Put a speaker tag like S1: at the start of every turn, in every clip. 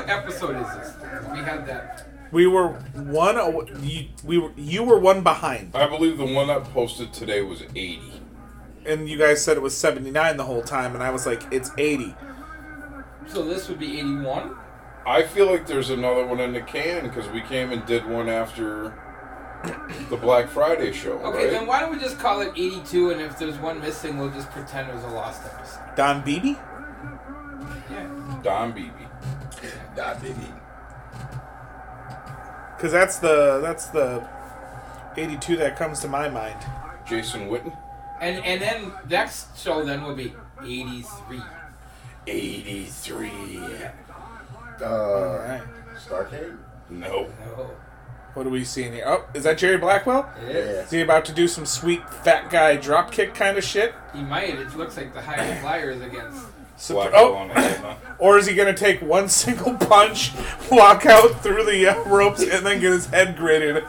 S1: episode is this? We had that.
S2: We were one. aw- You, we were, you were one behind,
S3: I believe the one that posted today was 80.
S2: and you guys said it was seventy nine the whole time, and I was like, it's eighty.
S1: So this would be 81?
S3: I feel like there's another one in the can because we came and did one after the Black Friday show,
S1: Okay,
S3: right?
S1: then why don't we just call it 82, and if there's one missing, we'll just pretend it was a lost episode.
S2: Don Beebe.
S1: Yeah.
S3: Don Beebe.
S4: Nah, baby.
S2: Because that's the that's the 82 that comes to my mind.
S3: Jason Witten.
S1: And and then next show then will be 83.
S3: 83.
S2: All
S4: Uh,
S2: right.
S4: Starcade?
S3: No.
S1: Oh,
S2: What are we seeing here? Oh, is that Jerry Blackwell?
S1: it is.
S2: Is he about to do some sweet fat guy dropkick kind of shit?
S1: He might. It looks like the high flyers against.
S2: So-
S3: Black
S2: oh,
S3: on Atlanta.
S2: or is he going to take one single punch, walk out through the uh, ropes, and then get his head gritted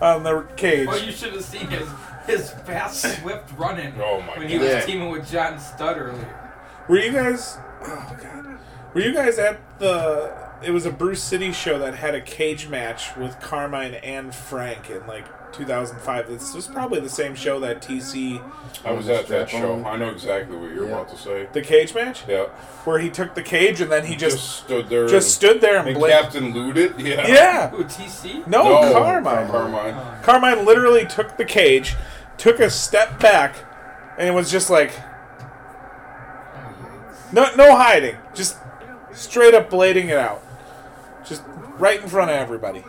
S2: on the cage?
S1: Well, you should have seen his his fast, swift running
S3: Oh my
S1: when he
S4: God.
S1: was
S4: Yeah.
S1: teaming with John Studd earlier.
S2: Were you guys? Oh god. Were you guys at the? It was a Bruce City show that had a cage match with Carmine and Frank in like 2005. This was probably the same show that TC
S3: I was at that show.
S4: Strap-on.
S3: I know exactly what you're
S4: Yeah.
S3: about to say.
S2: the cage match
S3: Yeah.
S2: where he took the cage and then he
S3: Just,
S2: just
S3: stood there.
S2: just stood there
S3: And
S2: and blinked.
S3: Captain looted. Yeah.
S2: Yeah.
S1: Who, TC?
S2: No,
S3: No,
S2: Carmine.
S3: Carmine.
S2: Carmine literally took the cage, took a step back, and it was just like
S1: Oh, yikes.
S2: no no hiding, just straight up blading it out, just right in front of everybody.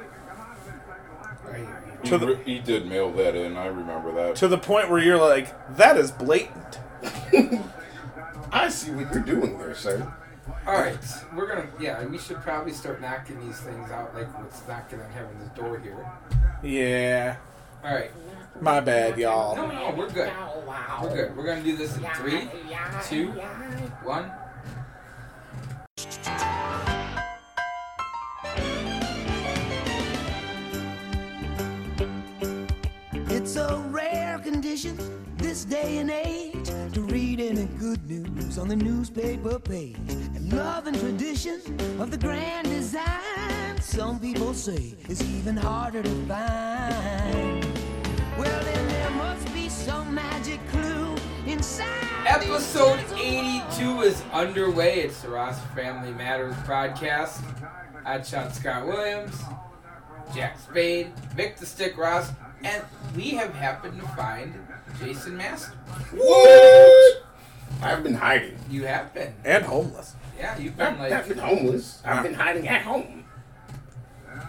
S1: Right here.
S3: He,
S2: To the-
S3: re- he did mail that in. I remember that.
S2: to the point where you're like, that is blatant.
S4: I see what you're doing there, sir.
S1: All right, we're gonna. Yeah, we should probably start knocking these things out, like what's knocking on heaven's door here.
S2: Yeah,
S1: All right,
S2: my bad, y'all.
S1: no, no, we're good. We're good. We're gonna do this in three, two, one.
S5: It's a rare condition this day and age to read any good news on the newspaper page. And love and tradition of the grand design, some people say, is even harder to find. Well, then there must be some magic clue inside. these
S1: Episode
S5: gentle
S1: 82 is underway. It's the Ross Family Matters broadcast. I shot Scott Williams, Jack Spade, Vic the Stick Ross, and we have happened to find Jason Master.
S4: What? I've been hiding.
S1: You have been.
S2: And homeless.
S1: Yeah, you've been
S4: I've
S1: like,
S4: not been homeless. I've been hiding at home.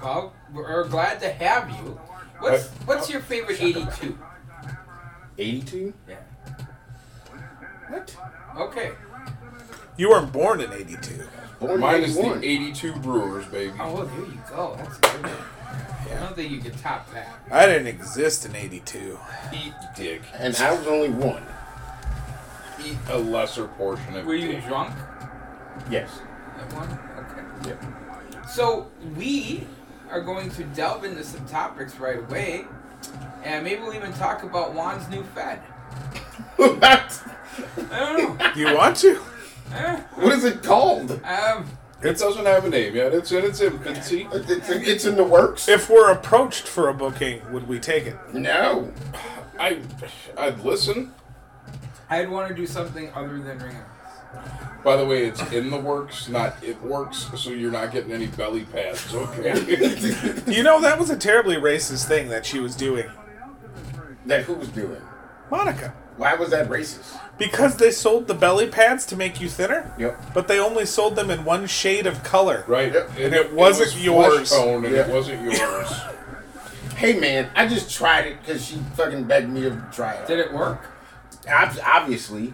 S1: well, we're glad to have you. What's what's your favorite 82?
S4: 82?
S1: Yeah.
S4: What?
S1: Okay.
S2: You weren't born in '82.
S4: Born
S3: Mine
S4: Mine
S3: is the 82 Brewers, baby.
S1: Oh, well, there you go. That's a good. one. I don't think you can top that.
S2: I didn't exist in '82.
S3: Eat dick.
S4: And I was only one.
S3: Eat a lesser portion of
S1: Were you
S3: dick.
S1: drunk
S4: Yes.
S1: at one? Okay.
S4: Yep.
S1: So we are going to delve into some topics right away, and maybe we'll even talk about Juan's new Fed.
S4: what?
S1: I don't know.
S2: Do you want to?
S1: Eh,
S4: What is it called?
S1: um,
S3: It doesn't have a name yet. It's in its infancy.
S4: It's, it's in the works.
S2: If we're approached for a booking, would we take it?
S4: No.
S3: I, I'd listen.
S1: I'd want to do something other than ring outs.
S3: By the way, it's in the works, not it works, so you're not getting any belly pads, okay?
S2: You know that was a terribly racist thing that she was doing,
S4: That who was doing?
S2: Monica.
S4: Why was that racist?
S2: Because they sold the belly pads to make you thinner.
S4: Yep.
S2: But they only sold them in one shade of color.
S3: right.
S4: Yep.
S2: And it wasn't
S3: flesh
S2: yours.
S3: Tone and it
S4: Yeah.
S3: wasn't yours.
S4: Hey man, I just tried it because she fucking begged me to try it.
S1: Did it work?
S4: Ob- obviously,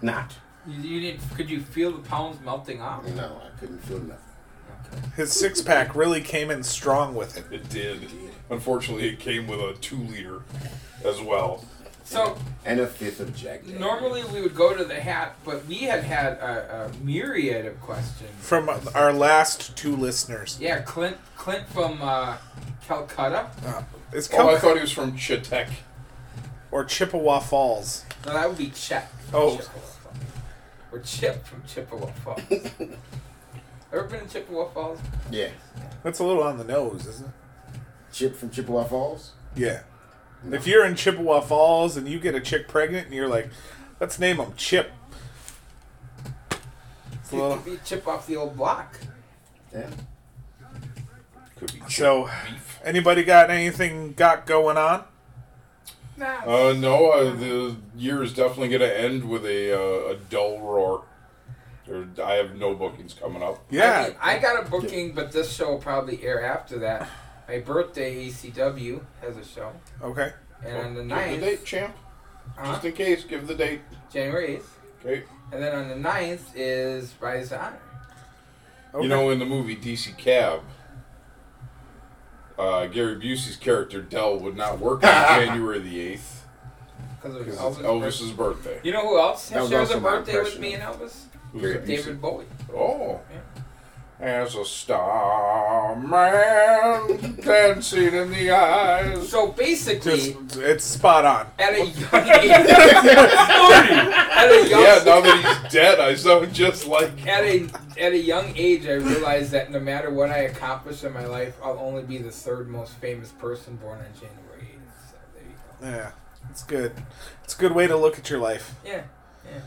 S4: not.
S1: You, you did Could you feel the pounds melting off?
S4: No, I couldn't feel nothing.
S2: His six pack really came in strong with it.
S3: It did. Unfortunately, it came with a two liter as well.
S1: So
S4: And a fifth of Jack. Daniels.
S1: normally we would go to the hat, but we had had a, a myriad of questions.
S2: From our last two listeners,
S1: Yeah, Clint, Clint from uh, Calcutta.
S2: it's
S3: Oh, I
S2: Calcutta
S3: thought he was from Chitek.
S2: or Chippewa Falls.
S1: No, that would be Chet. from
S2: Oh.
S1: Chippewa Falls. Or Chip from Chippewa Falls. Ever been in Chippewa Falls?
S4: Yeah.
S2: That's a little on the nose, isn't it?
S4: Chip from Chippewa Falls.
S2: Yeah. If you're in Chippewa Falls and you get a chick pregnant and you're like, let's name him Chip. It's a
S1: You
S2: little-
S1: could be Chip off the old block.
S4: Yeah.
S3: Could be chip
S2: So,
S3: beef.
S2: anybody got anything got going on?
S1: Nah.
S3: Uh, no, uh, the year is definitely going to end with a uh, a dull roar. There, I have no bookings coming up.
S1: I,
S2: Yeah.
S1: mean, I got a booking, but this show will probably air after that. My birthday, ECW, has a show.
S2: Okay.
S1: And on the
S3: Give the Oh, date,
S1: 9th,
S3: champ.
S1: uh,
S3: Just in case, give the date.
S1: January 8th.
S3: Okay.
S1: And then on the 9th is Rise to Honor.
S2: okay.
S3: You know, in the movie DC Cab, uh, Gary Busey's character Dell would not work on January the eighth
S1: Because of
S3: because
S1: Elvis.
S3: it's Elvis's birthday.
S1: You know who else
S4: That was
S1: shares a
S4: also my
S1: birthday with
S4: impression
S1: me and
S4: of-
S1: Elvis?
S3: Who's that?
S1: David Bowie.
S3: Oh.
S1: Yeah.
S3: As a star man dancing in the eyes.
S1: So basically,
S2: Just, it's spot on.
S1: at a young age, at a young
S3: Yeah, now that he's dead, I sound just like him.
S1: at a at a young age, I realized that no matter what I accomplish in my life, I'll only be the third most famous person born on January 8th. So there you go.
S2: Yeah. It's good. It's a good way to look at your life.
S1: Yeah, yeah.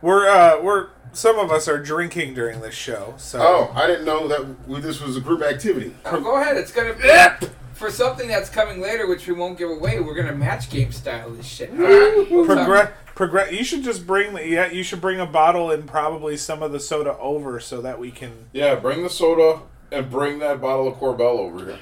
S2: We're uh we're some of us are drinking during this show, so
S4: Oh, I didn't know that we, this was a group activity.
S1: Now go ahead. It's gonna be for something that's coming later, which we won't give away. We're gonna match game style this shit. What's up?
S2: Progress, progress. You should just bring the yeah. You should bring a bottle and probably some of the soda over so that we can
S3: Yeah, bring the soda and bring that bottle of Corbel over here.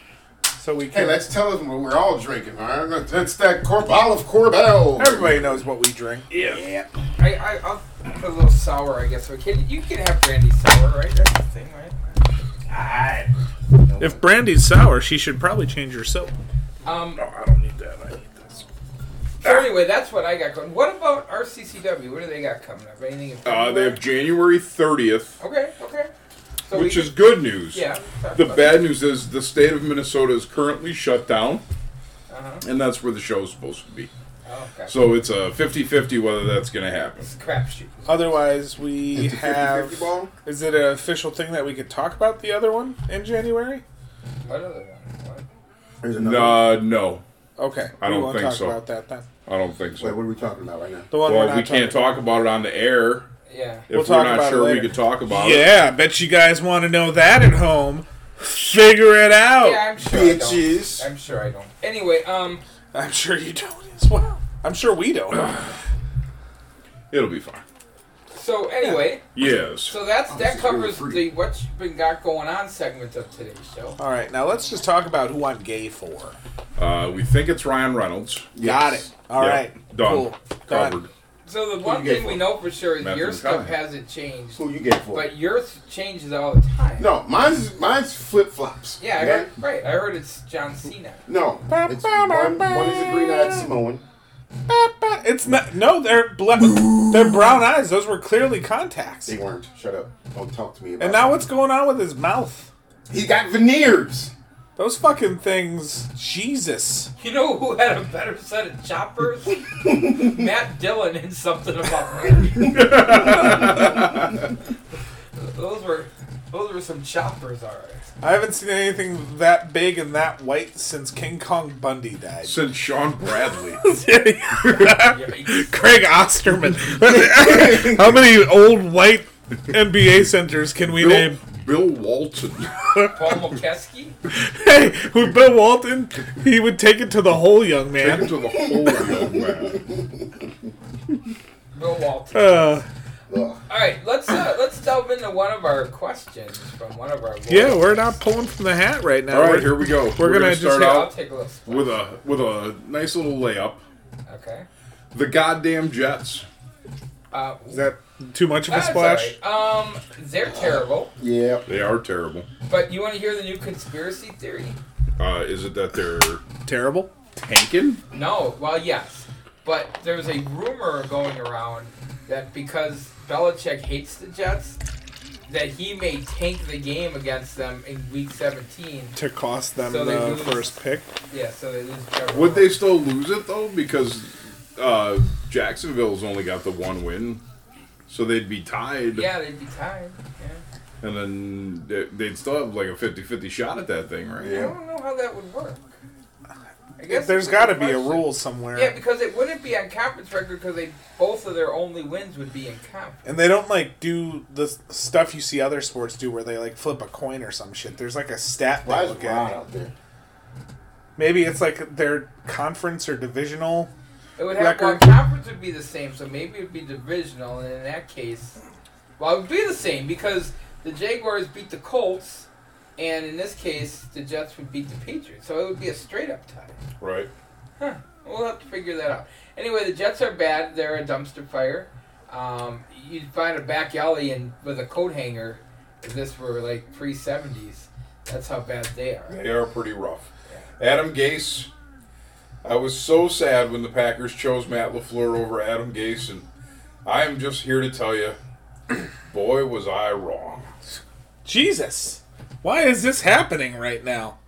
S2: so we
S4: Hey,
S2: can.
S4: let's tell them what we're all drinking, all right? That's that Corbel of Corbel.
S2: Everybody knows what we drink.
S3: Yeah.
S1: I, I I'll put a little sour, I guess. So can you can have brandy sour, right? That's the thing, right?
S2: If brandy's sour, she should probably change her soap.
S1: Um.
S3: Oh, I don't need that. I need this.
S1: So anyway, that's what I got going. What about RCCW? What do they got coming up? Anything? in
S3: Uh,
S1: February?
S3: they have January 30th,
S1: Okay. Okay. So
S4: Oh,
S3: which
S1: we,
S3: is good news.
S1: yeah. we talked
S3: The
S1: about
S3: bad news is the state of Minnesota is currently shut down,
S1: that. Uh-huh.
S3: and that's where the show is supposed to be.
S1: Oh, okay.
S3: So it's a 50 50 whether that's going to happen.
S1: It's a crapshoot.
S2: Otherwise, we
S4: Fifty, fifty,
S2: have.
S4: fifty ball?
S2: Is it an official thing that we could talk about the other one in January?
S1: What other one? What?
S4: There's another one.
S3: Nah, no,
S2: Okay,
S3: I
S2: we
S3: don't
S2: won't
S3: think
S2: talk
S3: so.
S2: about that then.
S3: I don't think so.
S4: Wait, what are we talking about right now?
S2: The one we're
S3: well,
S2: not
S3: we can't
S2: talking
S3: talk about it on the air.
S1: Yeah.
S3: If
S2: We'll
S3: we're
S2: talk
S3: not
S2: about it
S3: sure, we
S2: later.
S3: could talk about it.
S2: Yeah, I bet you guys want to know that at home. Figure it
S3: Oh,
S2: out.
S1: Yeah, I'm sure. I
S4: Bitches.
S1: don't. I'm sure I don't. Anyway, um,
S2: I'm sure you don't as well. I'm sure we don't.
S3: It'll be fine.
S1: so anyway,
S3: Yes.
S1: so that's
S4: this
S1: that
S4: is really
S1: covers
S4: pretty.
S1: the what you've been got going on segment of today's show.
S2: All right, now let's just talk about who I'm gay for.
S3: uh, we think it's Ryan Reynolds.
S2: Got it. All
S3: Yeah,
S2: right,
S3: Done.
S2: cool. Done.
S3: Covered.
S1: So the one
S4: you get
S1: thing we
S4: for-
S1: know for sure is
S3: Matthew
S1: your stuff
S3: McConaughey.
S1: hasn't changed,
S4: Who you get for?
S1: but yours changes all the time.
S4: no, mine's mine's flip flops.
S1: Yeah, I heard, right. I heard it's John Cena.
S4: No, it's one, one is a green-eyed Samoan.
S2: Ba-ba- It's not. No, they're ble- they're brown eyes. Those were clearly contacts.
S4: They weren't. Shut up. Don't talk to me about.
S2: And now
S4: it.
S2: what's going on with his mouth?
S4: he got veneers.
S2: Those fucking things. Jesus.
S1: You know who had a better set of choppers? Matt Dillon and something about Mary. those were those were some choppers, all right.
S2: I haven't seen anything that big and that white since King Kong Bundy died.
S3: Since Sean Bradley.
S1: Yikes.
S2: Craig Osterman. How many old white NBA centers can we
S3: Bill, Bill Walton.
S1: Paul Mokeski.
S2: Hey, with Bill Walton, he would take it to the whole young
S3: Take him
S2: man.
S3: to the whole young man.
S1: Bill Walton.
S2: Uh,
S4: Ugh.
S1: All right, let's uh, let's delve into one of our questions from one of our.
S2: yeah,
S1: lawyers.
S2: we're not pulling from the hat right now.
S3: All right,
S2: We're-
S3: here we go. We're,
S2: gonna
S3: gonna
S2: just
S3: start
S2: hit-
S1: I'll
S3: out
S1: take a little. Split.
S3: with a with a nice little layup.
S1: Okay.
S3: The goddamn Jets.
S1: Uh,
S2: Is that too much of a
S1: that's all
S2: splash?
S1: right. Um, they're terrible.
S4: Yeah.
S3: They are terrible.
S1: But you want to hear the new conspiracy theory?
S3: Uh, is it that they're
S2: Terrible.
S3: tanking?
S1: No, well, yes. But there's a rumor going around that because Belichick hates the Jets, that he may tank the game against them in Week 17.
S2: To cost them
S1: So they
S2: the
S1: lose.
S2: first pick.
S1: Yeah, so they lose Trevor.
S3: Would they
S1: Lawrence.
S3: still lose it though? Because uh, Jacksonville's only got the one win, so they'd be tied.
S1: Yeah, they'd be tied. Yeah.
S6: and then they- they'd still have like a 50-50 shot at that thing, right?
S1: I don't know how that would work. I guess
S2: There's
S1: it's a good
S2: got to be a
S1: question.
S2: rule somewhere.
S1: Yeah, because it wouldn't be on conference record because they both of their only wins would be in conference.
S2: And they don't like do the s- stuff you see other sports do where they like flip a coin or some shit. There's like a stat
S4: Why
S2: they
S4: is
S2: look
S4: Ron
S2: at.
S4: out there?
S2: Maybe it's like their conference or divisional.
S1: It would have well,
S2: Record.
S1: conference would be the same, so maybe it'd be divisional, and in that case, well, it would be the same because the Jaguars beat the Colts, and in this case, the Jets would beat the Patriots, so it would be a straight up tie.
S3: Right.
S1: Huh. We'll have to figure that out. Anyway, the Jets are bad. They're a dumpster fire. Um, you'd find a back alley and with a coat hanger if this were like pre seventies. That's how bad they are.
S3: They are pretty rough. Adam Gase. I was so sad when the Packers chose Matt LaFleur over Adam Gase, and I am just here to tell you, boy, was I wrong.
S2: Jesus, why is this happening right now?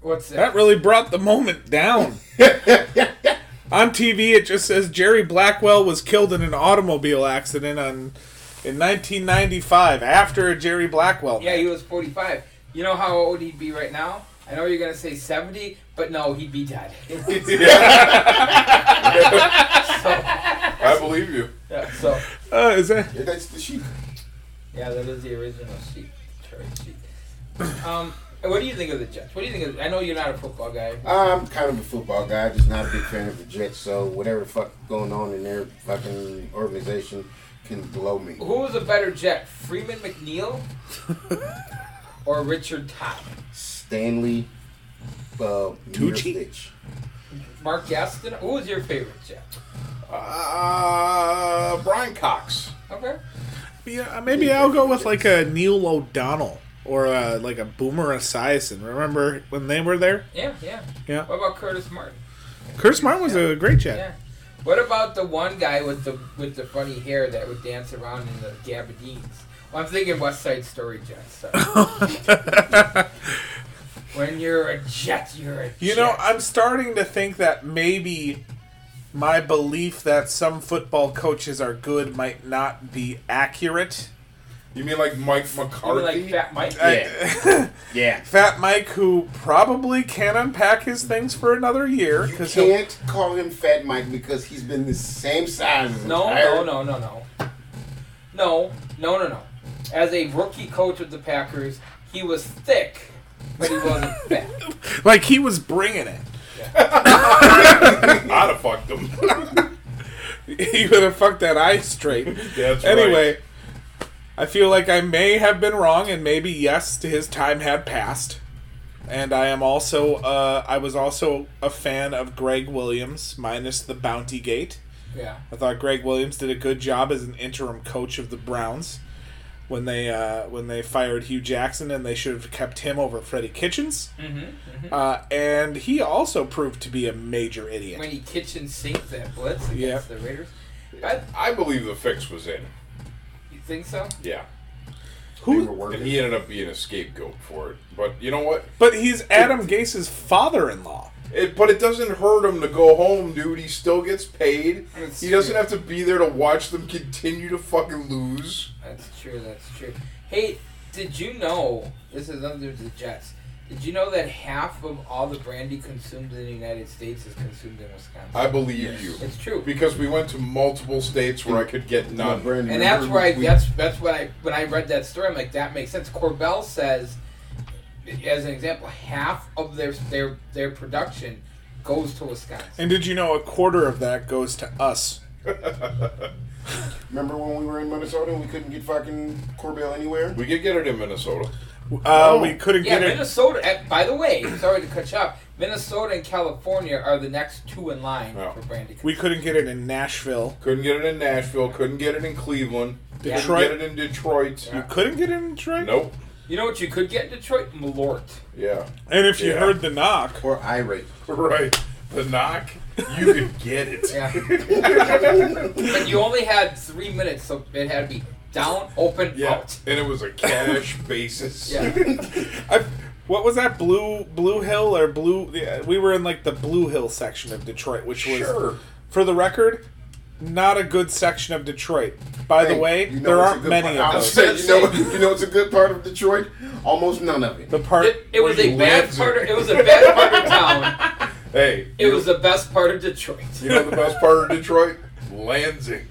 S1: What's that?
S2: That really brought the moment down. on TV, it just says Jerry Blackwell was killed in an automobile accident on in 1995 after a Jerry Blackwell.
S1: Yeah, he was 45. You know how old he'd be right now? I know you're going to say 70, but no, he'd be dead.
S3: I believe you.
S1: yeah, so,
S2: Uh, is that
S4: Yeah, that's the sheep.
S1: yeah, that is the original sheet. Sorry, sheet. Um, and what do you think of the Jets? What do you think of I know you're not a football guy.
S4: I'm kind of a football guy, just not a big fan of the Jets. So whatever fuck going on in their fucking organization can blow me.
S1: Who was a better Jet, Freeman McNeil or Richard Todd?
S4: Stanley, uh,
S2: Tucci?
S4: Mirotic.
S1: Mark Gaston? Who was your favorite Jet?
S3: Uh, Brian Cox.
S1: Okay.
S2: yeah, maybe I'll go with like a Neil O'Donnell or uh like a Boomer Esiason. Remember when they were there?
S1: Yeah, yeah.
S2: Yeah.
S1: What about Curtis Martin?
S2: Chris Martin was a great chat.
S1: Yeah. What about the one guy with the with the funny hair that would dance around in the gabardines? Well, I'm thinking West Side Story jet. So. when you're a jet, you're a
S2: You
S1: jet.
S2: know, I'm starting to think that maybe my belief that some football coaches are good might not be accurate.
S3: You mean like Mike
S1: You
S2: uh,
S1: mean
S3: McCarthy?
S1: like Fat Mike.
S4: Yeah. yeah.
S2: Fat Mike, who probably can unpack his things for another year,
S4: You
S2: because he'll
S4: can't call him Fat Mike because he's been the same size. his
S1: No,
S4: entire-
S1: no, no, no, no, no, no, no, no. As a rookie coach of the Packers, he was thick, but he wasn't fat.
S2: like he was bringing it.
S3: I'd have fucked him.
S2: he would have fucked that eye straight.
S3: That's
S2: anyway,
S3: right.
S2: I feel like I may have been wrong, and maybe yes, his time had passed. And I am also, uh, I was also a fan of Greg Williams, minus the Bounty Gate.
S1: Yeah.
S2: I thought Greg Williams did a good job as an interim coach of the Browns when they uh, when they fired Hugh Jackson, and they should have kept him over Freddie Kitchens. Uh, and he also proved to be a major idiot.
S1: When he kitchen sinked that blitz against
S2: Yeah.
S1: the Raiders. I,
S3: I believe the fix was in.
S1: you think so?
S3: Yeah.
S4: They
S2: Who
S4: were working.
S3: And he ended up being a scapegoat for it. But you know what?
S2: But he's Adam Gase's father-in-law.
S3: It, but it doesn't hurt him to go home, dude. He still gets paid.
S1: That's
S3: he doesn't
S1: true.
S3: have to be there to watch them continue to fucking lose.
S1: That's true. That's true. Hey, did you know this is under the Jets? Did you know that half of all the brandy consumed in the United States is consumed in Wisconsin?
S3: I believe you.
S1: it's true.
S3: Because we went to multiple states where I could get
S4: No,
S3: none.
S4: Brandon,
S1: and that's
S4: remember
S1: where I,
S4: we-
S1: that's that's what I when I read that story, I'm like that makes sense. Corbell says, as an example, half of their their their production goes to Wisconsin.
S2: And did you know a quarter of that goes to us?
S4: Remember when we were in Minnesota and we couldn't get fucking Corbell anywhere?
S3: We could get it in Minnesota.
S2: Uh, We couldn't
S1: Yeah,
S2: get it.
S1: Minnesota. eh, By the way, sorry to cut you off. Minnesota and California are the next two in line
S3: Oh.
S1: for brandy.
S2: We couldn't get it in Nashville.
S3: Couldn't get it in Nashville. Couldn't get it in Cleveland.
S2: Detroit.
S3: Couldn't get it in Detroit.
S2: You couldn't get it in Detroit.
S3: Nope.
S1: You know what you could get in Detroit? Malort.
S3: Yeah.
S2: And if you
S3: Yeah.
S2: heard the knock,
S4: Or irate.
S3: Right. The knock. You could get it.
S1: Yeah. but you only had three minutes, so it had to be down, open,
S3: Yeah.
S1: out.
S3: And it was a cash basis.
S1: Yeah.
S2: I, what was that blue Blue Hill or blue? Yeah, we were in like the Blue Hill section of Detroit, which was,
S3: Sure.
S2: for the record, not a good section of Detroit. By the
S4: Hey,
S2: way,
S4: you know
S2: there
S4: what's a
S2: aren't
S4: good
S2: many
S4: part- I
S2: of
S4: was
S2: those.
S4: saying, you know, what- you know, it's a good part of Detroit. Almost none of it.
S2: The part
S1: It, it was
S2: where
S1: a
S2: you-
S1: bad
S3: live
S1: part. Of,
S3: there.
S1: it was a bad part of town.
S3: Hey,
S1: It was the best part of Detroit.
S3: you know the best part of Detroit? Lansing.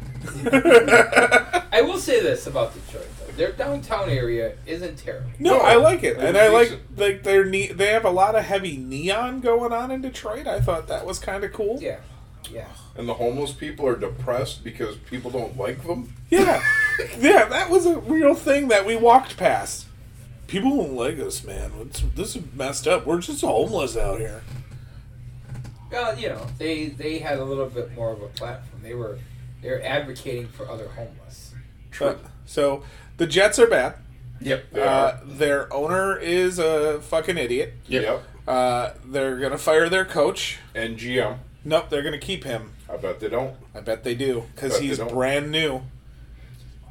S1: I will say this about Detroit though: their downtown area isn't terrible.
S2: No, I like it,
S3: It
S2: and
S3: was
S2: I like
S3: decent.
S2: like their ne- They have a lot of heavy neon going on in Detroit. I thought that was kind of cool.
S1: Yeah, yeah.
S3: And the homeless people are depressed because people don't like them.
S2: yeah, Yeah, That was a real thing that we walked past. People don't like us, man. It's, this is messed up. We're just homeless out here.
S1: Well, you know, they they had a little bit more of a platform. They were they're advocating for other homeless.
S2: Uh, so the Jets are bad.
S4: Yep.
S3: They
S2: Uh,
S3: are.
S2: their owner is a fucking idiot.
S3: Yep.
S2: Uh, they're gonna fire their coach.
S3: And GM.
S2: Nope, they're gonna keep him.
S3: I bet they don't.
S2: I bet they do because
S3: Bet they
S2: he's
S3: don't.
S2: brand new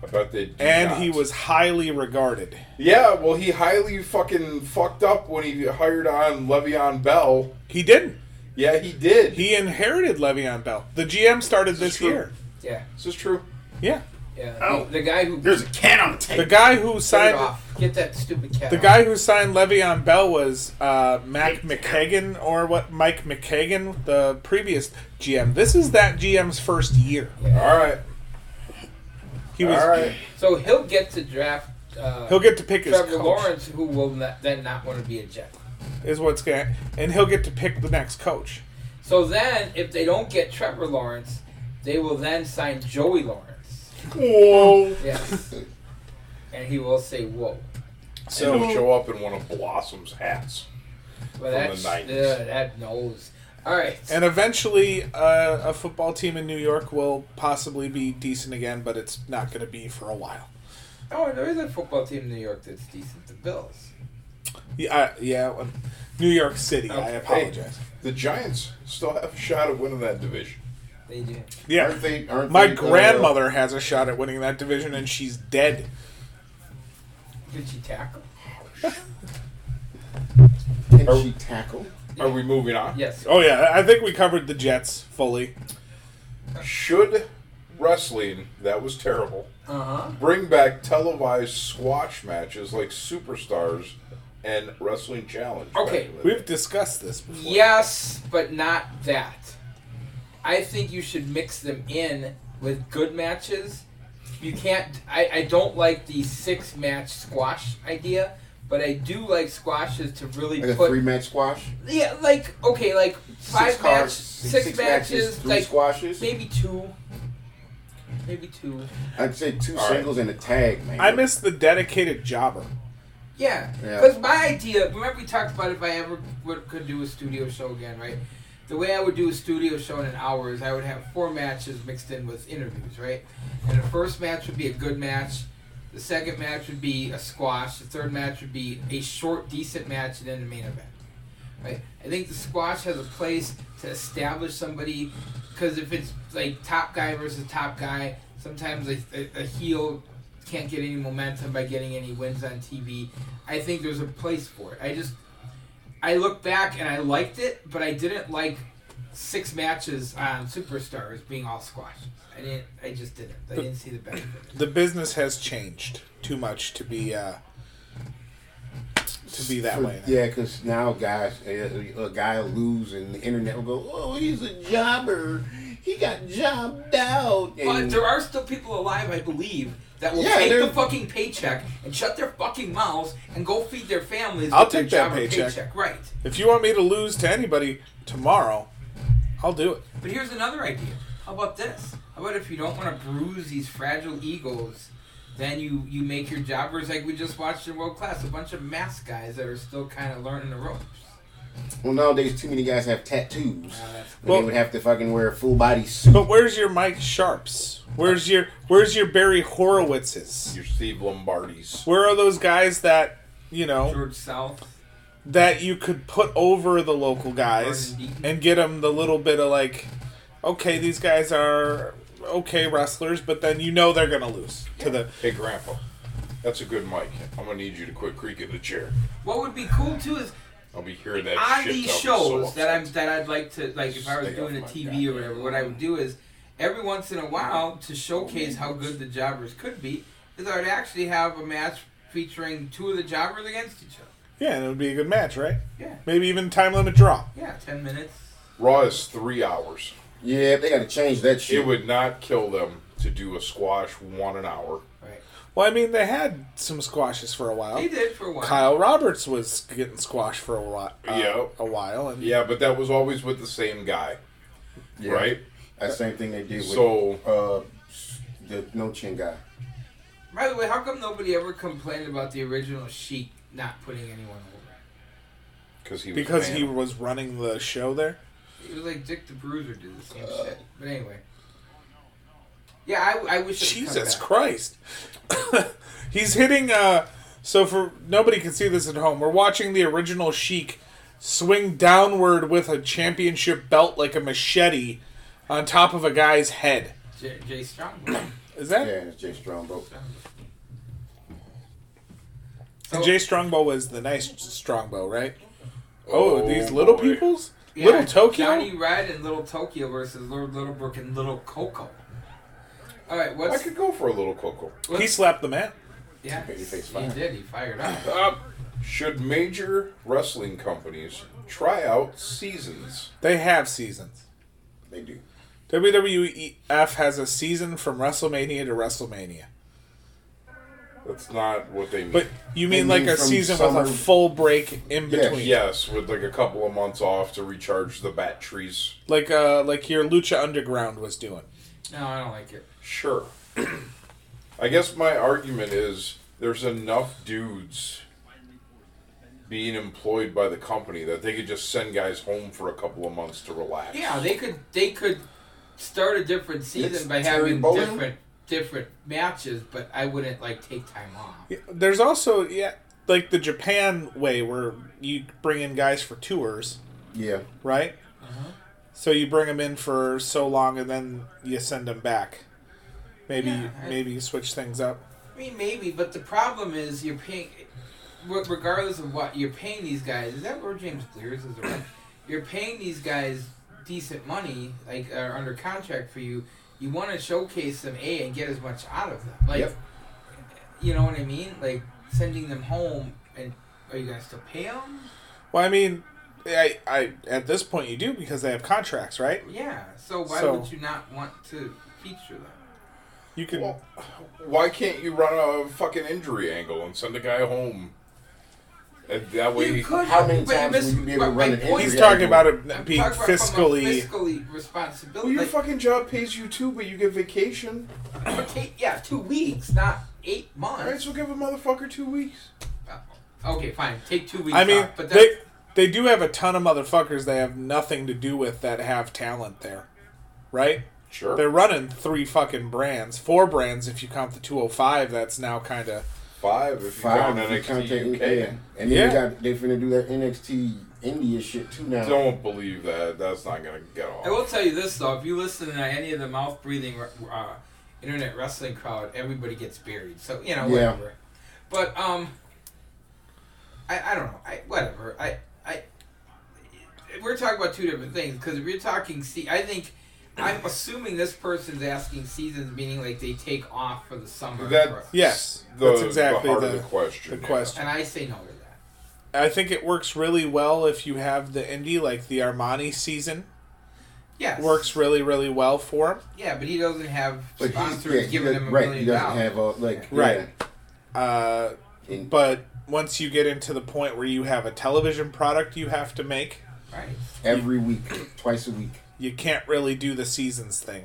S3: I bet they do
S2: and
S3: not.
S2: he was highly regarded.
S3: Yeah, well, he highly fucking fucked up when he hired on Le'Veon Bell.
S2: He didn't.
S3: Yeah, he did.
S2: He inherited Le'Veon Bell. The GM started this
S3: true.
S2: year.
S1: Yeah,
S3: this is true.
S2: Yeah,
S1: yeah.
S7: Oh.
S1: The, the guy who
S7: There's a can on the
S2: the
S7: table.
S2: guy who
S1: Get it
S2: signed
S1: off. Get that stupid cat.
S2: the
S1: off.
S2: guy who signed Le'Veon Bell was uh, Mac McKagan or what Mike McKagan, the previous GM. This is that GM's first year.
S3: All right.
S2: He was.
S3: All right.
S1: So he'll get to draft. Uh,
S2: He'll get to pick his
S1: Trevor
S2: coach.
S1: Lawrence, who will not, then not want to be a Jet.
S2: Is what's going, and he'll get to pick the next coach.
S1: So then, if they don't get Trevor Lawrence, they will then sign Joey Lawrence.
S3: Whoa.
S1: Yes. and he will say, "Whoa."
S3: So he'll show up in one of Blossom's hats.
S1: Well,
S3: the
S1: that's
S3: 90s.
S1: uh, that knows. All right.
S2: And eventually, uh, a football team in New York will possibly be decent again, but it's not going to be for a while.
S1: oh, there is a football team in New York that's decent. The Bills.
S2: Yeah, I, yeah. well, New York City. I
S1: Okay.
S2: apologize.
S3: The Giants still have a shot at winning that division.
S1: They do.
S2: Yeah.
S4: Aren't they, aren't
S2: My
S4: they, uh,
S2: grandmother has a shot at winning that division, and she's dead.
S1: Did she tackle?
S4: can she tackle?
S3: Are we moving on?
S1: Yes.
S2: Oh yeah, I think we covered the Jets fully.
S3: Should wrestling, that was terrible,
S1: Uh huh.
S3: bring back televised squash matches like Superstars and Wrestling Challenge?
S1: Okay.
S2: We've discussed this before.
S1: Yes, but not that. I think you should mix them in with good matches. You can't. I, I don't like the six match squash idea, but I do like squashes to really
S4: Like a
S1: put.
S4: three match squash?
S1: yeah, like okay, like five
S4: cards,
S1: match,
S4: six-
S1: six,
S4: six matches,
S1: matches,
S4: three
S1: like
S4: squashes?
S1: maybe two, maybe two.
S4: I'd say two
S3: All right.
S4: singles and a tag, man.
S2: I miss the dedicated jobber.
S1: Yeah,
S4: Yeah.
S1: because my idea. Remember, we talked about if I ever would, could do a studio show again, right? The way I would do a studio show in an hour is I would have four matches mixed in with interviews, right? And the first match would be a good match. The second match would be a squash. The third match would be a short, decent match, and then the main event. Right? I think the squash has a place to establish somebody because if it's like top guy versus top guy, sometimes a, a, a heel can't get any momentum by getting any wins on TV. I think there's a place for it. I just I look back and I liked it, but I didn't like six matches on superstars being all squashes. I didn't. I just didn't. I didn't see the benefit. of it.
S2: The business has changed too much to be uh, to be that
S4: For-
S2: way. now.
S4: Yeah, because now guys, a, a guy will lose and the internet will go, oh, he's a jobber. He got jobbed out.
S1: But
S4: And
S1: there are still people alive, I believe, that will
S4: Yeah,
S1: take the
S4: they're-
S1: fucking paycheck and shut their fucking mouths and go feed their families.
S2: I'll
S1: with their
S2: take that
S1: job or
S2: paycheck.
S1: right?
S2: If you want me to lose to anybody tomorrow, I'll do it.
S1: But here's another idea. How about this? How about if you don't want to bruise these fragile egos, then you you make your jobbers like we just watched in world class, a bunch of mask guys that are still kind of learning the ropes.
S4: well, nowadays, too many guys have tattoos.
S1: that's-
S4: Well,
S2: Well-
S4: they would have to fucking wear a full body suit.
S2: But where's your Mike Sharps? Where's your Where's your Barry Horowitzes?
S3: Your Steve Lombardi's.
S2: Where are those guys that you know
S1: George South.
S2: that you could put over the local guys
S1: Gordon Deaton.
S2: and get them the little bit of like, okay, these guys are okay wrestlers, but then you know they're gonna lose to the.
S3: Hey, Grandpa. That's a good mic. I'm going to need you to quit creaking the chair.
S1: What would be cool too is
S3: I'll be hearing that
S1: on
S3: shit.
S1: these
S3: till I'm so
S1: shows that I'm
S3: upset.
S1: that I'd like to like if I was
S3: Stay off
S1: doing a
S3: my
S1: TV
S3: goddamn
S1: or whatever, what I would do is every once in a while to showcase how good the jobbers could be is I would actually have a match featuring two of the jobbers against each other.
S2: Yeah, and it would be a good match, right?
S1: Yeah,
S2: Maybe even time limit draw.
S1: yeah, ten minutes.
S3: Raw is three hours.
S4: Yeah, they got to change that shit.
S3: It would not kill them to do a squash one an hour.
S1: Right.
S2: Well, I mean, they had some squashes for a while.
S1: They did for a while.
S2: Kyle Roberts was getting squashed for a while.
S3: Yeah.
S2: a while, and
S3: Yeah, but that was always with the same guy,
S4: Yeah.
S3: right?
S4: That same thing they did with
S3: So-
S4: uh, the no chin guy.
S1: By the way, how come nobody ever complained about the original Sheik not putting anyone over?
S3: Because he was
S2: because he
S3: man.
S2: was running the show there.
S1: It was like Dick the Bruiser did the same shit. But anyway. Yeah, I, I wish. it would come
S2: Jesus
S1: back.
S2: Christ. He's hitting uh so for nobody can see this at home. We're watching the original Sheik swing downward with a championship belt like a machete on top of a guy's head.
S1: J- Jay Strong.
S2: Is that
S4: Yeah, it's Jay Strongbow.
S1: So-
S2: Jay Strongbow was the nice Strongbow, right? Oh,
S3: Oh,
S2: these little
S3: boy.
S2: peoples?
S1: Yeah,
S2: little Tokyo?
S1: Johnny Red and Little Tokyo versus Lord Littlebrook and Little Coco. All right,
S3: I
S1: what's
S3: could go for a little cocoa.
S1: what's-
S2: he slapped the man.
S1: yeah?
S4: Babyface
S1: He
S4: fire.
S1: did. He fired up.
S3: Uh, should major wrestling companies try out seasons?
S2: They have seasons.
S4: They do.
S2: WWF has a season from WrestleMania to WrestleMania.
S3: That's not what they mean.
S2: But you mean
S4: mean
S2: like a
S4: from
S2: season with a
S4: summer-
S2: full break in
S4: Yeah,
S2: between?
S3: yes, with like a couple of months off to recharge the batteries.
S2: like uh like your lucha underground was doing
S1: No, I don't like it.
S3: Sure. I guess my argument is there's enough dudes being employed by the company that they could just send guys home for a couple of months to relax.
S1: Yeah, they could they could start a different season
S4: It's
S1: by
S4: Terry
S1: having
S4: Bowling?
S1: different different matches, but I wouldn't like take time off.
S2: there's also yeah like the japan way where you bring in guys for tours
S4: Yeah.
S2: right
S1: Uh-huh.
S2: so you bring them in for so long and then you send them back maybe
S1: Yeah, I-
S2: maybe you switch things up
S1: I mean, maybe, but the problem is you're paying, re- regardless of what you're paying these guys. Is that where James Clear is? Is around? You're paying these guys decent money, like are under contract for you. You want to showcase them a and get as much out of them, like
S4: Yep.
S1: you know what I mean, like sending them home. And are you guys still pay them?
S2: well i mean I, I at this point you do because they have contracts right
S1: Yeah. So why
S2: So-
S1: would you not want to feature them?
S2: you can
S3: Well, why can't you run a fucking injury angle and send a guy home? And that way,
S1: You could.
S4: How many
S1: but you
S4: times
S1: miss-
S4: would you be able to
S1: my-
S4: run
S1: my
S4: an
S1: point-
S2: he's
S4: injury
S2: talking about
S1: I'm
S2: it being
S1: talking about from a
S2: fiscally
S1: fiscally
S3: well,
S1: responsibility.
S3: your
S1: like-
S3: fucking job pays you too, but you get vacation.
S1: Okay, yeah, two weeks, not eight
S3: All right,
S1: months. Uh,
S3: so give a motherfucker two weeks.
S1: Okay, fine. Take two weeks.
S2: I mean,
S1: off, but
S2: they
S1: that's,
S2: they do have a ton of motherfuckers they have nothing to do with that have talent there, right?
S3: Sure.
S2: They're running three fucking brands, four brands if you count the 205. That's now kind of
S3: five if you
S4: Five
S3: count
S4: if you count that-
S3: NXT UK.
S4: yeah. And then
S2: Yeah.
S4: they got they finna do that NXT India shit too now.
S3: Don't believe that. That's not gonna get off.
S1: I will tell you this though: if you listen to any of the mouth breathing uh, internet wrestling crowd, everybody gets buried. So you know,
S4: Yeah.
S1: whatever. But um, I, I don't know. I whatever. I I we're talking about two different things because if you're talking, see, I think. I'm assuming this person's asking seasons, meaning like they take off for the summer.
S3: That-
S1: for-
S2: yes,
S3: The-
S2: that's exactly
S3: the
S2: the,
S3: heart of the question.
S2: the
S3: yeah.
S2: question.
S1: and I say no to that.
S2: I think it works really well if you have the indie like the Armani season
S1: Yes.
S2: works really really well for him.
S1: Yeah, but he doesn't have
S4: But he's-
S1: sponsors
S4: he
S1: giving
S4: does-
S1: him a
S4: right, he
S1: million
S4: doesn't
S1: dollars.
S4: have all like
S2: Right.
S4: yeah.
S2: Uh,
S4: And-
S2: but once you get into the point where you have a television product you have to make,
S1: right.
S4: every week, twice a week.
S2: you can't really do the seasons thing.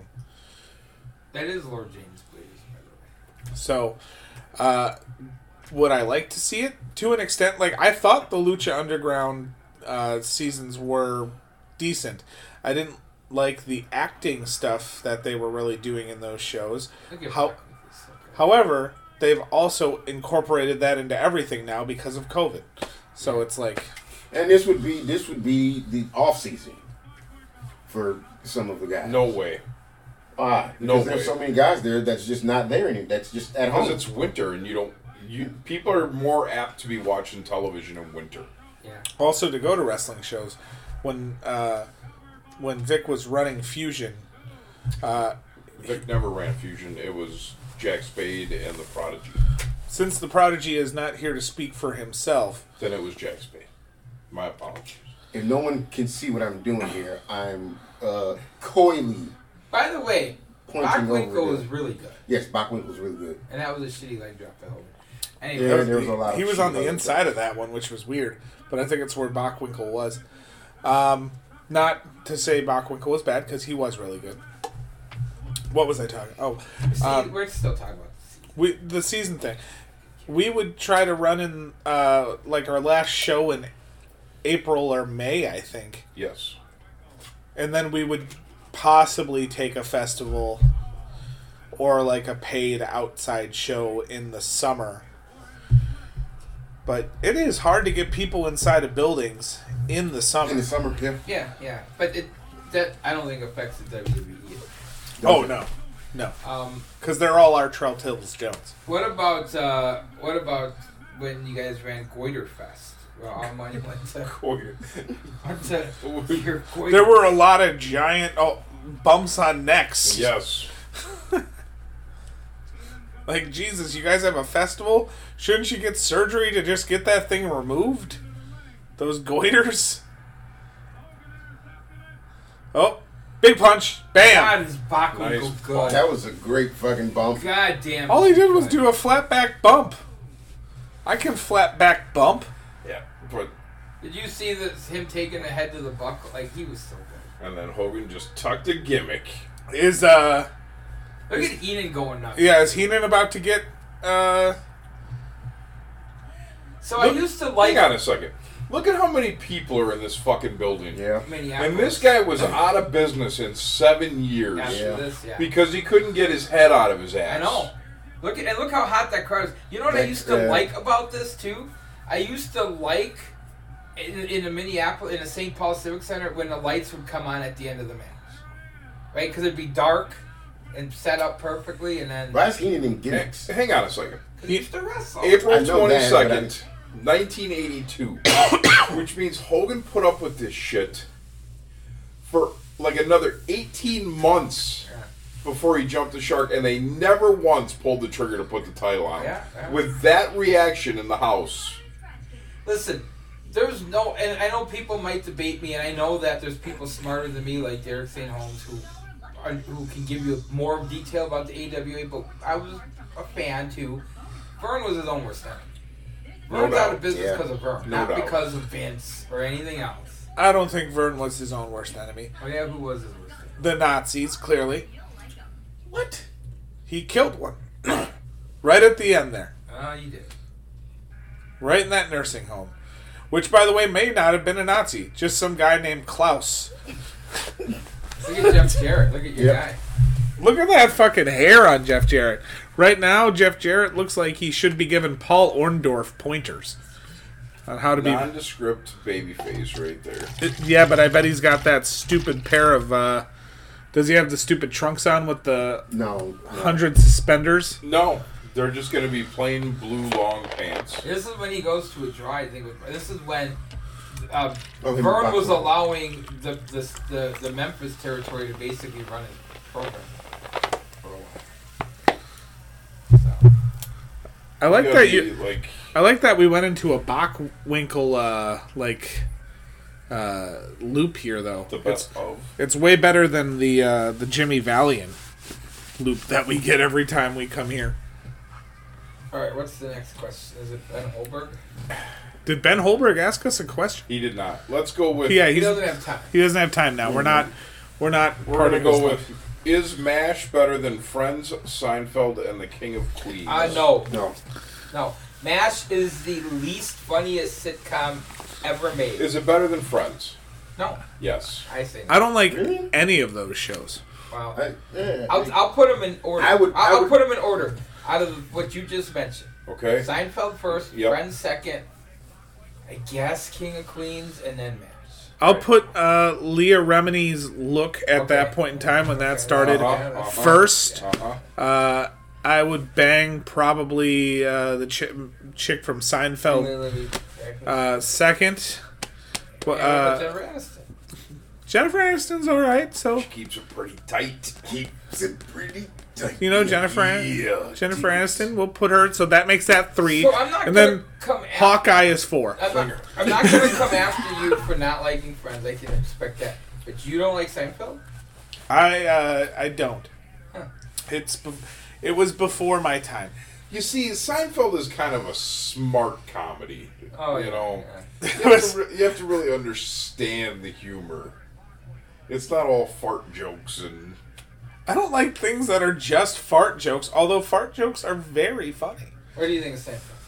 S1: That is Lord James Blaze, by the
S2: So, uh, would I like to see it to an extent? Like I thought the Lucha Underground uh, seasons were decent. I didn't like the acting stuff that they were really doing in those shows.
S1: way. Look at
S2: How, however, they've also incorporated that into everything now because of COVID. So it's like,
S4: And this would be this would be the off season for some of the guys.
S3: No way.
S4: why? Because
S3: no
S4: there's
S3: way.
S4: so many guys there that's just not there anymore. That's just at
S3: Because
S4: home.
S3: it's winter and you don't. You people are more apt to be watching television in winter.
S1: Yeah.
S2: also to go to wrestling shows when uh, when Vic was running Fusion,
S3: Vic never ran Fusion. It was Jack Spade and the Prodigy.
S2: Since the prodigy is not here to speak for himself,
S3: Then it was Jack Spade. My apologies.
S4: If no one can see what I'm doing here, I'm uh, coyly.
S1: By the way,
S4: Pointing
S1: Bachwinkle
S4: over
S1: was
S4: there.
S1: really good,
S4: Yes, Bachwinkle's really good.
S1: and that was a shitty leg drop to Hogan.
S4: Yeah,
S1: Anyway,
S4: there was a lot of
S2: he was
S4: shit
S2: on the
S4: about it.
S2: inside of that one, which was weird. But I think it's where Bachwinkle was. Um, not to say Bachwinkle was bad because he was really good. What was I talking? Oh,
S1: see,
S2: um,
S1: we're still talking about this.
S2: we the season thing. We would try to run in uh, like our last show in April or May, I think,
S3: Yes.
S2: and then we would possibly take a festival or like a paid outside show in the summer. But it is hard to get people inside of buildings in the
S4: In
S2: summer.
S4: the summer, yeah.
S1: Yeah, yeah, but it that I don't think affects the WWE. Either.
S2: Oh no, no,
S1: Um,
S2: because they're all our Trail Tills Jones.
S1: what about uh, what about when you guys ran Goiter Fest? Well, all money went to, went to your goiter.
S2: There were a lot of giant oh, bumps on necks.
S3: Yes.
S2: Like Jesus, you guys have a festival? Shouldn't you get surgery to just get that thing removed? Those goiters. Oh, big punch!
S1: God
S2: Bam!
S1: is Bachwinkle
S3: Nice.
S1: good.
S4: That was a great fucking bump.
S1: God damn.
S2: All he
S1: he's
S2: did was
S1: good.
S2: do a flat back bump. I can flat back bump.
S3: Yeah. But
S1: Did you see this? Him taking the head to the buckle, like he was so good.
S3: and then Hogan just tucked a gimmick.
S2: Is uh,
S1: Look at Heenan going nuts.
S2: yeah, is Heenan about to get uh?
S1: So I
S3: Look-
S1: used to like
S3: Hang on a second. Look at how many people are in this fucking building.
S4: Yeah.
S1: Minneapolis.
S3: And this guy was out of business in seven years
S1: after
S4: Yeah.
S1: this, yeah.
S3: because he couldn't get his head out of his
S1: I
S3: ass.
S1: know. Look at and look how hot that crowd is. You know what I
S4: That's,
S1: used to
S4: uh,
S1: like about this too? I used to like in, in the Minneapolis in the St. Paul Civic Center when the lights would come on at the end of the match, right? Because it'd be dark and set up perfectly, and then
S4: But he didn't even get
S3: Hang-
S4: it.
S3: Hang on a second.
S1: he used to wrestle.
S4: I
S3: April
S4: know
S3: twenty
S4: that, but I-
S3: second, nineteen eighty two, which means Hogan put up with this shit for like another eighteen months
S1: Yeah.
S3: before he jumped the shark, and they never once pulled the trigger to put the title on. him.
S1: Yeah, yeah.
S3: With that reaction in the house,
S1: Listen, there's no, and I know people might debate me, and I know that there's people smarter than me, like Derek St. Holmes, who are, who can give you more detail about the AWA. But I was a fan too. Vern was his own worst enemy. Vern's out of
S3: doubt,
S1: business
S4: yeah.
S1: because of Vern,
S3: No
S1: not
S3: doubt.
S1: because of Vince or anything else.
S2: I don't think Vern was his own worst enemy.
S1: Oh yeah, who was his worst? enemy?
S2: The Nazis clearly. What? He killed one. right at the end there.
S1: Ah, you did.
S2: right in that nursing home, which, by the way, may not have been a Nazi, just some guy named Klaus.
S1: Look at Jeff Jarrett. Look at your
S4: Yep.
S1: guy.
S2: Look at that fucking hair on Jeff Jarrett. Right now, Jeff Jarrett looks like he should be given Paul Orndorff pointers on how to be.
S3: nondescript baby face right there.
S2: yeah, but I bet he's got that stupid pair of. Uh, does he have the stupid trunks on with the
S4: No. no.
S2: hundred suspenders?
S3: No, they're just going to be plain blue long pants.
S1: This is when he goes to a dry. I think with- this is when uh,
S4: Oh, him
S1: Vern
S4: and
S1: was
S4: Buckley.
S1: allowing the the, the the Memphis territory to basically run his program for a while. So
S2: I like
S3: Gotta
S2: that
S3: be,
S2: you.
S3: like
S2: I like that we went into a Bachwinkle uh, like uh, loop here, though.
S3: the
S2: It's-
S3: best of.
S2: It's way better than the uh, the Jimmy Valiant loop that we get every time we come here.
S1: all right, what's the next question? Is it Ben Holberg?
S2: Did Ben Holberg ask us a question?
S3: He did not. Let's go with.
S2: Yeah,
S1: He
S2: he's,
S1: doesn't have time.
S2: he doesn't have time now. We're not we're not
S3: We're going to
S2: parting
S3: go
S2: this
S3: with Is MASH better than Friends, Seinfeld, and The King of Queens?
S1: Uh, no,
S4: No.
S1: no. Mash is the least funniest sitcom ever made.
S3: Is it better than Friends?
S1: No,
S3: Yes.
S1: I think.
S2: I don't like
S4: Really?
S2: any of those shows.
S1: Wow.
S4: I, yeah,
S1: I'll, I'll put them in order.
S4: I would- I
S1: I'll, I'll
S4: would-
S1: put them in order out of what you just mentioned.
S3: Okay.
S1: Seinfeld first,
S3: Yep.
S1: Friends second, I guess King of Queens, and then Mash.
S2: I'll put uh, Leah Remini's look at that
S1: Okay.
S2: point in time when that started
S3: Uh-huh, uh-huh.
S2: first.
S3: Uh huh.
S2: Uh, I would bang probably uh, the chi- chick from Seinfeld
S1: Let me-
S2: uh, second. But,
S1: Yeah,
S2: uh,
S1: what's ever asked?
S2: Jennifer Aniston's all right, so
S3: She keeps it pretty tight.
S4: Keeps it pretty tight.
S2: you know Jennifer. An-
S3: Yeah,
S2: Jennifer
S3: dudes.
S2: Aniston. We'll put her. So that makes that three.
S1: So I'm not
S2: and
S1: gonna
S2: then
S1: come after
S2: Hawkeye is four.
S1: I'm not, I'm not gonna come after you for not liking Friends. I didn't expect that. But you don't like Seinfeld?
S2: I uh, I don't. It's be- it was before my time.
S3: You see, Seinfeld is kind of a smart comedy.
S1: Oh,
S3: you
S1: yeah,
S3: know,
S1: yeah.
S3: You, have to re- you have to really understand the humor. It's not all fart jokes and
S2: I don't like things that are just fart jokes. Although fart jokes are very funny.
S1: What do you think of Seinfeld?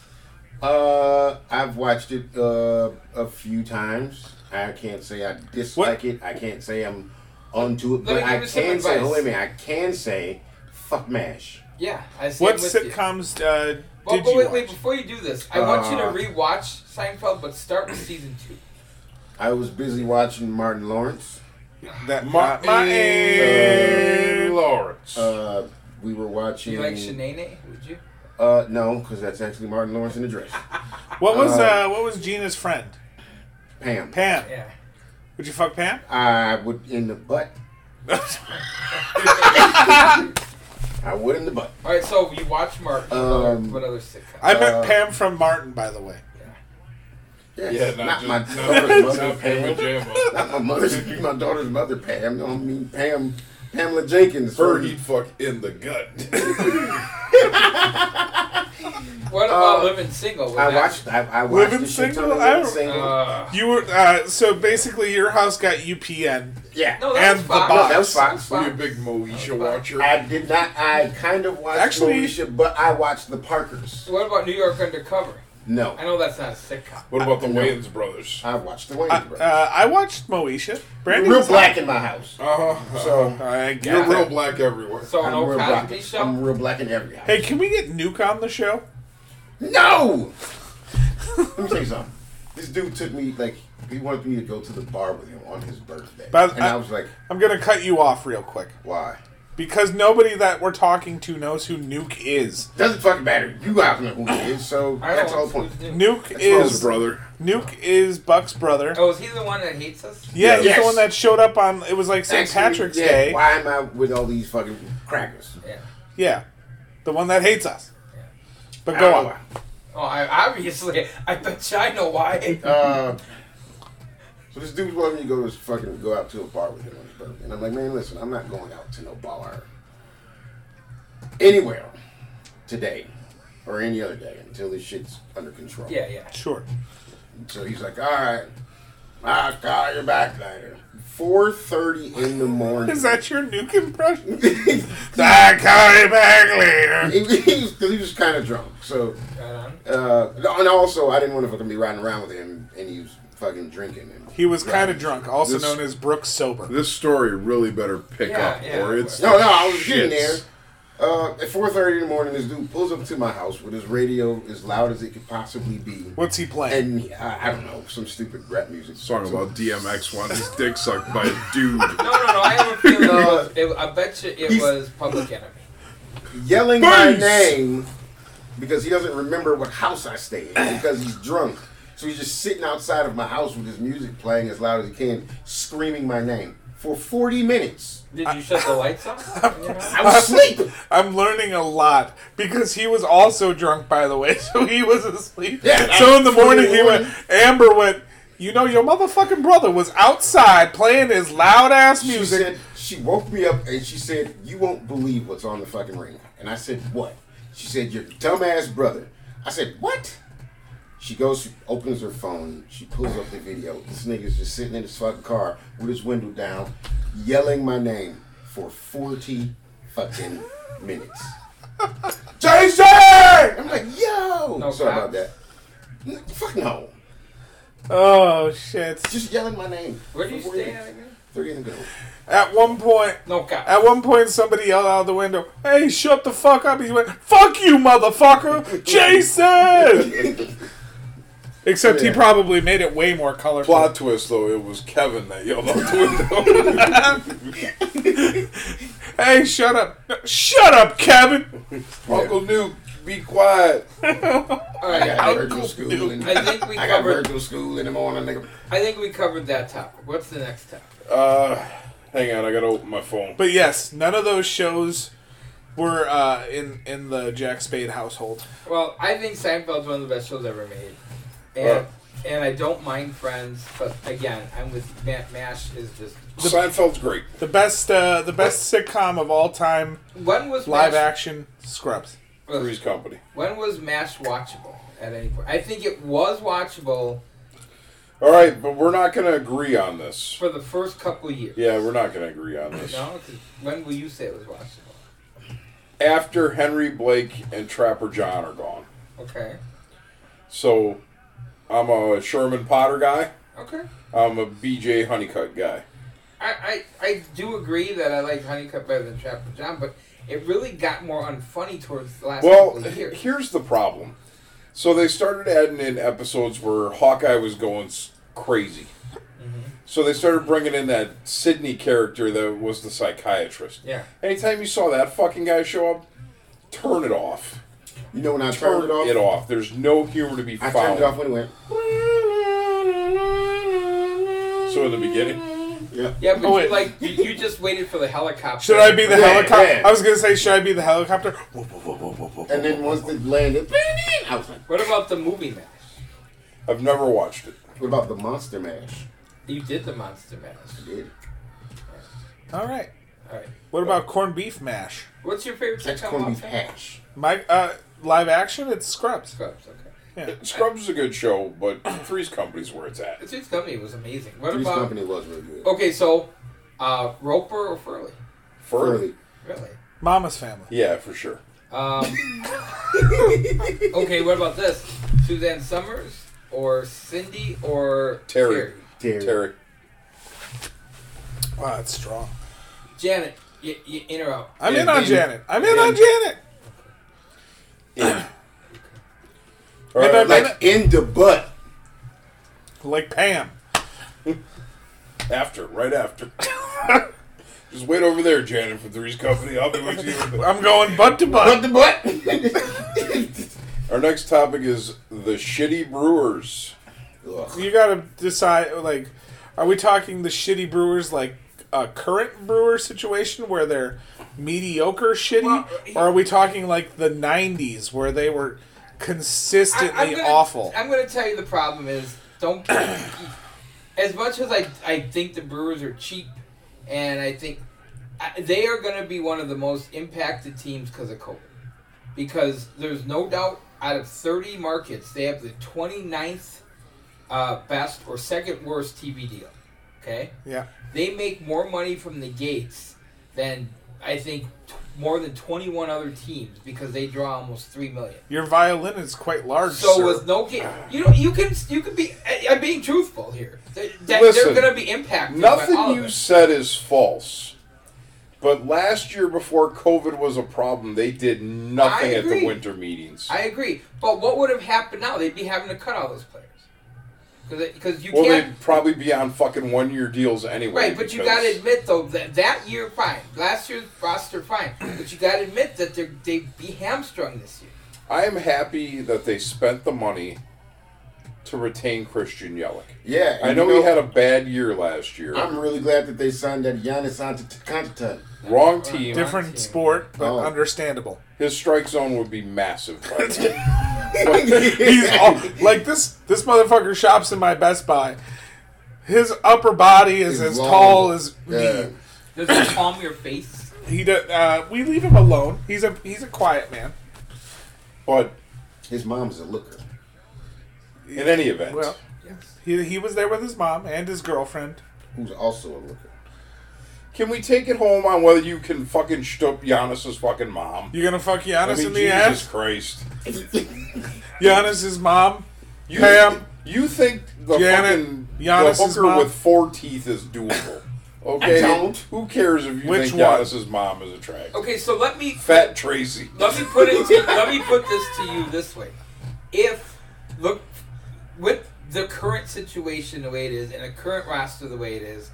S4: Uh, I've watched it uh, a few times. I can't say I dislike it. I can't say I'm onto it,
S1: Let me
S4: but
S1: give
S4: I
S1: you some
S4: can say.
S1: advice.
S4: Oh, wait a minute. I can say, fuck Mash.
S1: Yeah, I stand
S2: What
S1: with You.
S2: sitcoms uh,
S1: Well,
S2: did
S1: but
S2: you
S1: wait,
S2: watch?
S1: wait, before you do this, I want you to
S4: Uh,
S1: rewatch Seinfeld, but start with season two.
S4: I was busy watching Martin Lawrence.
S2: That
S3: Ma-
S2: Martin Lawrence.
S3: Lawrence.
S4: Uh, we were
S1: Do
S4: watching.
S1: you like Shanae? Would you?
S4: Uh, no, because that's actually Martin Lawrence in the dress.
S2: What was
S4: Uh,
S2: uh, what was Gina's friend?
S4: Pam.
S2: Pam.
S1: Yeah.
S2: Would you fuck Pam?
S4: I would in the butt. I would in the butt.
S1: All right, so you watch Mark. uh,
S4: Um,
S1: what other sitcom?
S2: I met
S4: Uh,
S2: Pam from Martin, by the way.
S3: yeah,
S4: Yes,
S3: not,
S4: not,
S3: just,
S4: my
S3: not,
S4: daughter's
S3: not
S4: mother,
S3: Pamela
S4: Pam.
S3: Jam.
S4: Not my mother's, my daughter's mother, Pam. No, I mean Pam, Pamela Jenkins.
S3: Her
S4: from-
S3: he'd fuck in the gut.
S1: What about
S2: uh,
S1: Living Single? Was
S4: I
S1: that-
S4: watched. I, I watched
S2: Living
S4: the shit ton
S2: Single?
S4: of
S2: I
S4: Living
S2: don't-
S4: Single.
S1: Uh,
S2: You were uh, so basically your house got UPN.
S4: yeah.
S1: no, that
S2: and
S1: was
S2: the
S1: Fox.
S2: box.
S4: That was Fox.
S3: Were you a big Moesha watcher?
S4: I did not. I kind of watched
S2: Actually-
S4: Moesha, but I watched The Parkers.
S1: What about New York Undercover?
S4: No,
S1: I know that's not a sitcom.
S3: What about the
S4: No.
S3: Wayans brothers?
S4: I watched The Wayans
S2: I,
S4: Brothers.
S2: uh, I watched Moesha. Brandy
S4: real
S2: was
S4: black in my house.
S3: Uh-huh.
S4: So
S2: I got
S3: You're
S2: that.
S3: real black everywhere.
S1: So an
S4: I'm real
S1: old
S4: black.
S1: Oh, Cosby show.
S4: I'm real black in every house.
S2: Hey, can we get Nuke on the show?
S4: No! Let me tell you something. This dude took me, like, he wanted me to go to the bar with him on his birthday.
S2: But
S4: and
S2: I-
S4: I, was like,
S2: I'm gonna cut you off real quick
S4: why?
S2: because nobody that we're talking to knows who Nuke is.
S4: Doesn't fucking matter. You guys know who he is, so
S1: I
S4: that's the whole
S1: don't
S4: point.
S1: know.
S2: Nuke
S3: His
S2: is
S3: brother.
S2: Nuke is Buck's brother.
S1: Oh, is he the one that hates us?
S2: Yeah, he's the
S4: Yes.
S2: one that showed up on it was like St.
S4: Actually,
S2: Patrick's
S4: yeah,
S2: Day.
S4: Why am I with all these fucking crackers?
S1: Yeah.
S2: Yeah, the one that hates us. But
S4: I
S2: go
S4: don't
S2: on.
S4: know
S1: Oh, I, obviously, I bet you I know why.
S4: why. Uh, so this dude wanted me to go to his fucking go out to a bar with him on his birthday. And I'm like, man, listen, I'm not going out to no bar anywhere today or any other day until this shit's under control.
S1: Yeah, yeah.
S2: Sure.
S4: So he's like, all right, I'll call you back later. 4.30 in the morning.
S2: Is that your Nuke impression? I call you back later.
S4: he, he, was, 'cause he was kind of drunk. So,
S1: Right on.
S4: uh, no, and also, I didn't want to fucking be riding around with him, and he was fucking drinking. And
S2: He was
S4: driving.
S2: kind of drunk, also
S6: This-
S2: known as Brooks sober.
S6: This story really better pick
S1: Yeah,
S6: up,
S1: yeah.
S6: or it's
S4: No, no, I was getting there.
S6: Shits.
S4: Uh, at 4.30 in the morning, this dude pulls up to my house with his radio as loud as it could possibly be.
S2: What's he playing?
S4: And uh, I, I don't know, some stupid rap music.
S6: song about DMX wanting his dick sucked by a dude.
S1: No, no, no. I have a feeling. it
S4: Uh,
S1: was, it, I bet you it
S4: he's-
S1: was Public Enemy.
S4: yelling my
S2: Base.
S4: name because he doesn't remember what house I stay in because he's drunk. So he's just sitting outside of my house with his music playing as loud as he can, screaming my name for 40 minutes.
S1: Did you shut the lights off? You know?
S4: I was asleep.
S2: I'm learning a lot because he was also drunk, by the way, so he was asleep.
S4: Yeah,
S2: so in the morning, he
S4: absolutely.
S2: went. Amber went. You know, your motherfucking brother was outside playing his loud ass
S4: She
S2: music.
S4: said she woke me up and she said, "You won't believe what's on the fucking ring." And I said, "What?" She said, "Your dumbass brother." I said, "What?" She goes, she opens her phone, she pulls up the video. This nigga's just sitting in his fucking car with his window down, yelling my name for forty fucking minutes.
S2: Jason!
S4: I'm like, "Yo,
S1: No
S4: sorry
S1: cops?
S4: about that." N- Fuck no,
S2: Oh shit!
S4: just yelling my name.
S1: Where do you
S4: For
S1: stay
S4: 40
S1: at again?
S4: Thirty in the middle.
S2: At one point,
S1: No, God.
S2: at one point, somebody yelled out the window, "Hey, shut the fuck up!" He went, "Fuck you, motherfucker, Jason!" Except he
S4: Yeah.
S2: probably made it way more colorful.
S3: Plot twist, though, it was Kevin that yelled out the window.
S2: Hey, shut up! No, Shut up, Kevin!
S3: Uncle Nuke, be quiet.
S1: All
S4: I
S1: right.
S4: got virtual school. In,
S1: I think we
S4: I got
S1: covered.
S4: virtual school in the morning, nigga.
S1: I think we covered that topic. What's the next topic?
S3: Uh, hang on, I gotta open my phone.
S2: But yes, none of those shows were uh, in in the Jack Spade household.
S1: Well, I think Seinfeld's one of the best shows ever made, and
S3: Right.
S1: and I don't mind Friends, but again, I'm with Matt Mash is just
S3: Seinfeld's great.
S2: The best uh, the best sitcom of all time,
S1: when was
S2: live
S1: Mash,
S2: action Scrubs.
S3: Three's Company.
S1: when was Mash watchable at any point? I think it was watchable
S3: All right, but we're not gonna agree on this.
S1: for the first couple years.
S3: Yeah, we're not gonna agree on this.
S1: No, 'Cause when will you say it was watchable?
S3: After Henry Blake and Trapper John are gone,
S1: Okay.
S3: so I'm a Sherman Potter guy.
S1: Okay.
S3: I'm a BJ Honeycutt guy.
S1: I, I, I do agree that I like Honeycutt better than Trapper John, but it really got more unfunny towards the last
S3: Well,
S1: couple of years.
S3: here's the problem. So they started adding in episodes where Hawkeye was going s- crazy. So they started bringing in that Sydney character that was the psychiatrist.
S1: Yeah.
S3: Anytime you saw that fucking guy show up, turn it off.
S4: You know when I
S3: Turn
S4: turned it off?
S3: There's no humor to be
S4: I
S3: found.
S4: turned it off when it went.
S3: So in the beginning,
S4: Yeah.
S1: Yeah, but
S2: Oh,
S1: you,
S2: wait.
S1: like you, you just waited for the helicopter.
S2: Should I be the
S4: Yeah,
S2: helicopter?
S4: yeah.
S2: I was gonna say, should I be the helicopter? Whoa, whoa, whoa, whoa, whoa, whoa.
S4: And then once it landed, I was like,
S1: What about the movie Mash?
S3: I've never watched it.
S4: what about the monster mash?
S1: You did the Monster Mash.
S4: Dude,
S2: All right.
S1: All right.
S2: What about corned beef mash?
S1: What's your favorite
S4: That's
S1: sitcom?
S4: corned
S1: of all
S4: beef
S1: time?
S4: hash.
S2: My uh, live action, it's Scrubs.
S1: Scrubs. Okay.
S3: Scrubs is a good show, but Three's Company's where it's at.
S1: Three's Company was amazing. What
S4: Three's
S1: about? Oh,
S4: Company was really good.
S1: Okay, so uh, Roper or Furley?
S3: Furley.
S4: Early.
S1: Really?
S2: Mama's Family.
S3: Yeah, for sure.
S1: Um, okay, what about this? Suzanne Summers or Cindy or
S3: Terry.
S4: Terry.
S3: Terry.
S2: Wow, it's strong.
S1: Janet, you, you in or out?
S2: I'm
S3: Yeah,
S2: in on
S3: and-
S2: Janet. I'm in on
S3: and-
S2: Janet.
S3: All right,
S2: And I'm-
S4: Like in the butt.
S2: Like Pam.
S3: After, right after. Just wait over there, Janet, for Three's Company. I'll be with you.
S2: I'm going butt to butt.
S4: the butt.
S3: Our next topic is the shitty Brewers.
S4: Ugh.
S2: You gotta decide. Like, are we talking the shitty Brewers, like a current Brewer situation where they're mediocre shitty, or are we talking like the '90s where they were
S1: I-
S2: consistently
S1: I'm gonna-
S2: awful?
S1: I'm going to tell you the problem is don't. as much as I, I think the Brewers are cheap, and I think I, they are going to be one of the most impacted teams because of COVID. Because there's no doubt out of 30 markets, they have the 29th uh, best or second worst TV deal. Okay?
S2: yeah,
S1: They make more money from the gates than I think t- more than 21 other teams because they draw almost 3 million.
S2: your violin is quite large.
S1: So
S2: sir.
S1: with no game, you know you can you can be. I, I'm being truthful here. They, that
S3: Listen,
S1: they're going to be impacted. by all
S3: Nothing
S1: of
S3: you
S1: it.
S3: said is false. But last year, before COVID was a problem, they did nothing
S1: I
S3: at the
S1: agree.
S3: winter meetings.
S1: I agree, but what would have happened now? They'd be having to cut all those players because you
S3: well,
S1: can't.
S3: they'd probably be on fucking one year deals anyway.
S1: Right, but you
S3: because-
S1: got to admit though that that year fine, last year's roster fine, but you got to admit that they they'd be hamstrung this year.
S3: I am happy that they spent the money to retain Christian Yelich.
S4: Yeah.
S3: I
S4: and
S3: know
S4: you
S3: he had a bad year last year.
S4: I'm really glad that they signed that Giannis Antetokounmpo.
S3: Wrong team.
S2: different sport, but
S4: Oh.
S2: understandable.
S3: His strike zone would be massive. by the way.
S2: He's all, like this. This motherfucker shops in my Best Buy. His upper body is
S4: He's
S2: as
S4: long.
S2: tall as
S4: Yeah.
S2: me.
S1: Does it calm your face?
S2: He do, uh, we leave him alone. He's a he's a quiet man.
S3: But
S4: His mom's a looker.
S3: in any event,
S2: Well,
S1: Yes.
S2: he, he was there with his mom and his girlfriend.
S4: Who's also a looker.
S3: can we take it home on whether you can fucking shtup Giannis's fucking mom?
S2: You're gonna fuck Giannis
S3: I mean,
S2: in the
S3: Jesus
S2: ass.
S3: Christ.
S2: Giannis's mom.
S3: You,
S2: Pam.
S3: you think the
S2: Janet,
S3: fucking
S2: Giannis's
S3: the hooker
S2: mom.
S3: with four teeth is doable? Okay,
S4: don't.
S3: who cares if you
S2: Which
S3: think
S2: one?
S3: Giannis's mom is attractive?
S1: Okay, so let me
S3: Fat Tracy.
S1: let me put it. to- let me put this to you this way: If look with the current situation the way it is and the current roster the way it is,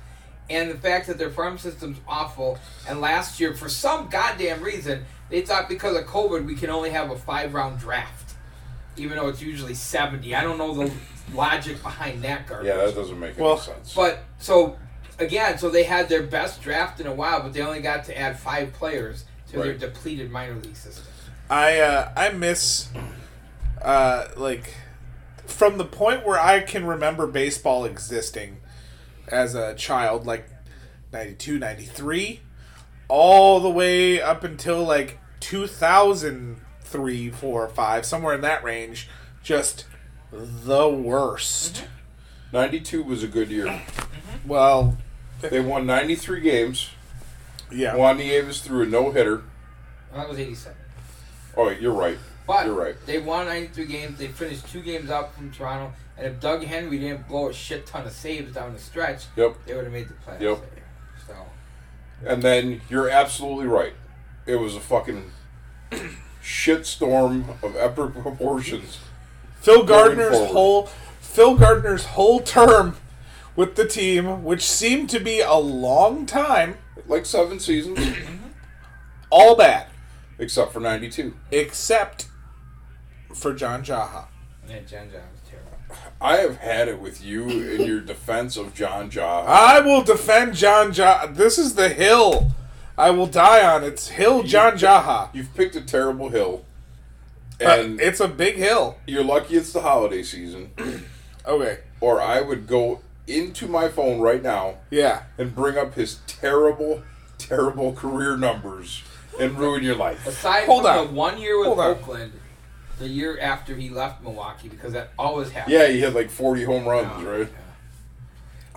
S1: and the fact that their farm system's awful. And last year, for some goddamn reason, they thought because of COVID we can only have a five round draft, even though it's usually seventy. I don't know the logic behind that garbage.
S3: Yeah, that doesn't make
S2: Well,
S3: any sense.
S1: But so again, so they had their best draft in a while, but they only got to add five players to their
S3: Right.
S1: depleted minor league system.
S2: I uh, I miss uh, like from the point where I can remember baseball existing as a child, like 92, 93, all the way up until like 2003, 4, 5, somewhere in that range, just the worst.
S3: 92 was a good year.
S2: Well,
S3: They won 93 games.
S2: yeah.
S3: Juan Nieves threw a no hitter.
S1: Well, that was eighty-seven.
S3: Oh, you're right.
S1: But
S3: You're right.
S1: they won 93 games. They finished two games up from Toronto. And if Doug Henry didn't blow a shit ton of saves down the stretch,
S3: Yep.
S1: they would have made the playoffs.
S3: Yep.
S1: that year. So
S3: And then you're absolutely right. It was a fucking shitstorm of epic proportions.
S2: Phil Gardner's
S3: forward.
S2: whole Phil Gardner's whole term with the team, which seemed to be a long time,
S3: Like seven seasons,
S2: all bad.
S3: except for 92.
S2: except for John Jaha.
S1: yeah, Jen John was terrible.
S3: I have had it with you in your defense of John Ja.
S2: I will defend John Jaha. This is the hill I will die on. It's Hill John Jaha.
S3: You've picked a terrible hill.
S2: Uh,
S3: And
S2: it's a big hill.
S3: you're lucky it's the holiday season,
S2: Okay.
S3: or I would go into my phone right now
S2: Yeah.
S3: and bring up his terrible, terrible career numbers and ruin your life.
S1: Aside
S2: Hold
S1: from
S2: on.
S1: the one year with
S2: Hold on.
S1: Oakland, the year after he left Milwaukee, because that always happens.
S3: Yeah, he had like 40 home runs, right?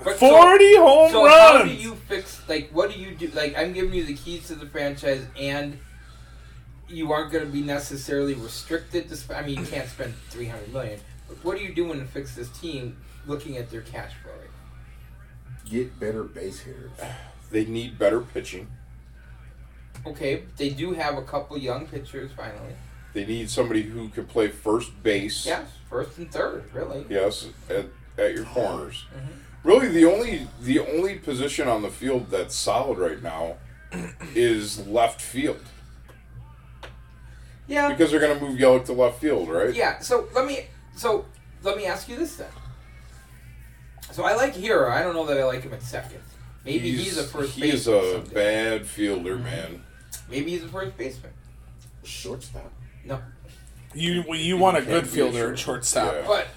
S1: But so-
S2: 40 home
S1: so how do
S2: runs.
S1: you fix like what do you do like i'm giving you the keys to the franchise and you aren't going to be necessarily restricted to sp- i mean you can't spend 300 million but what are you doing to fix this team looking at their cash flow right now?
S4: Get better base hitters.
S3: They need better pitching.
S1: okay they do have a couple young pitchers finally
S3: They need somebody who can play first base.
S1: yes first and third really
S3: Yes, at, at your corners. Really, the only the only position on the field that's solid right now is left field
S1: yeah
S3: because they're going to move Yelich to left field, right?
S1: yeah so let me so let me ask you this then so i like hero i don't know that i like him at second maybe he's, a first
S3: He is
S1: baseman
S3: a
S1: someday. Mm-hmm.
S3: bad fielder, man.
S1: maybe he's a first baseman
S4: Shortstop.
S1: no
S2: You you want a
S3: can't
S2: good
S3: be
S2: fielder
S3: sure.
S2: at shortstop.
S3: Yeah.
S1: but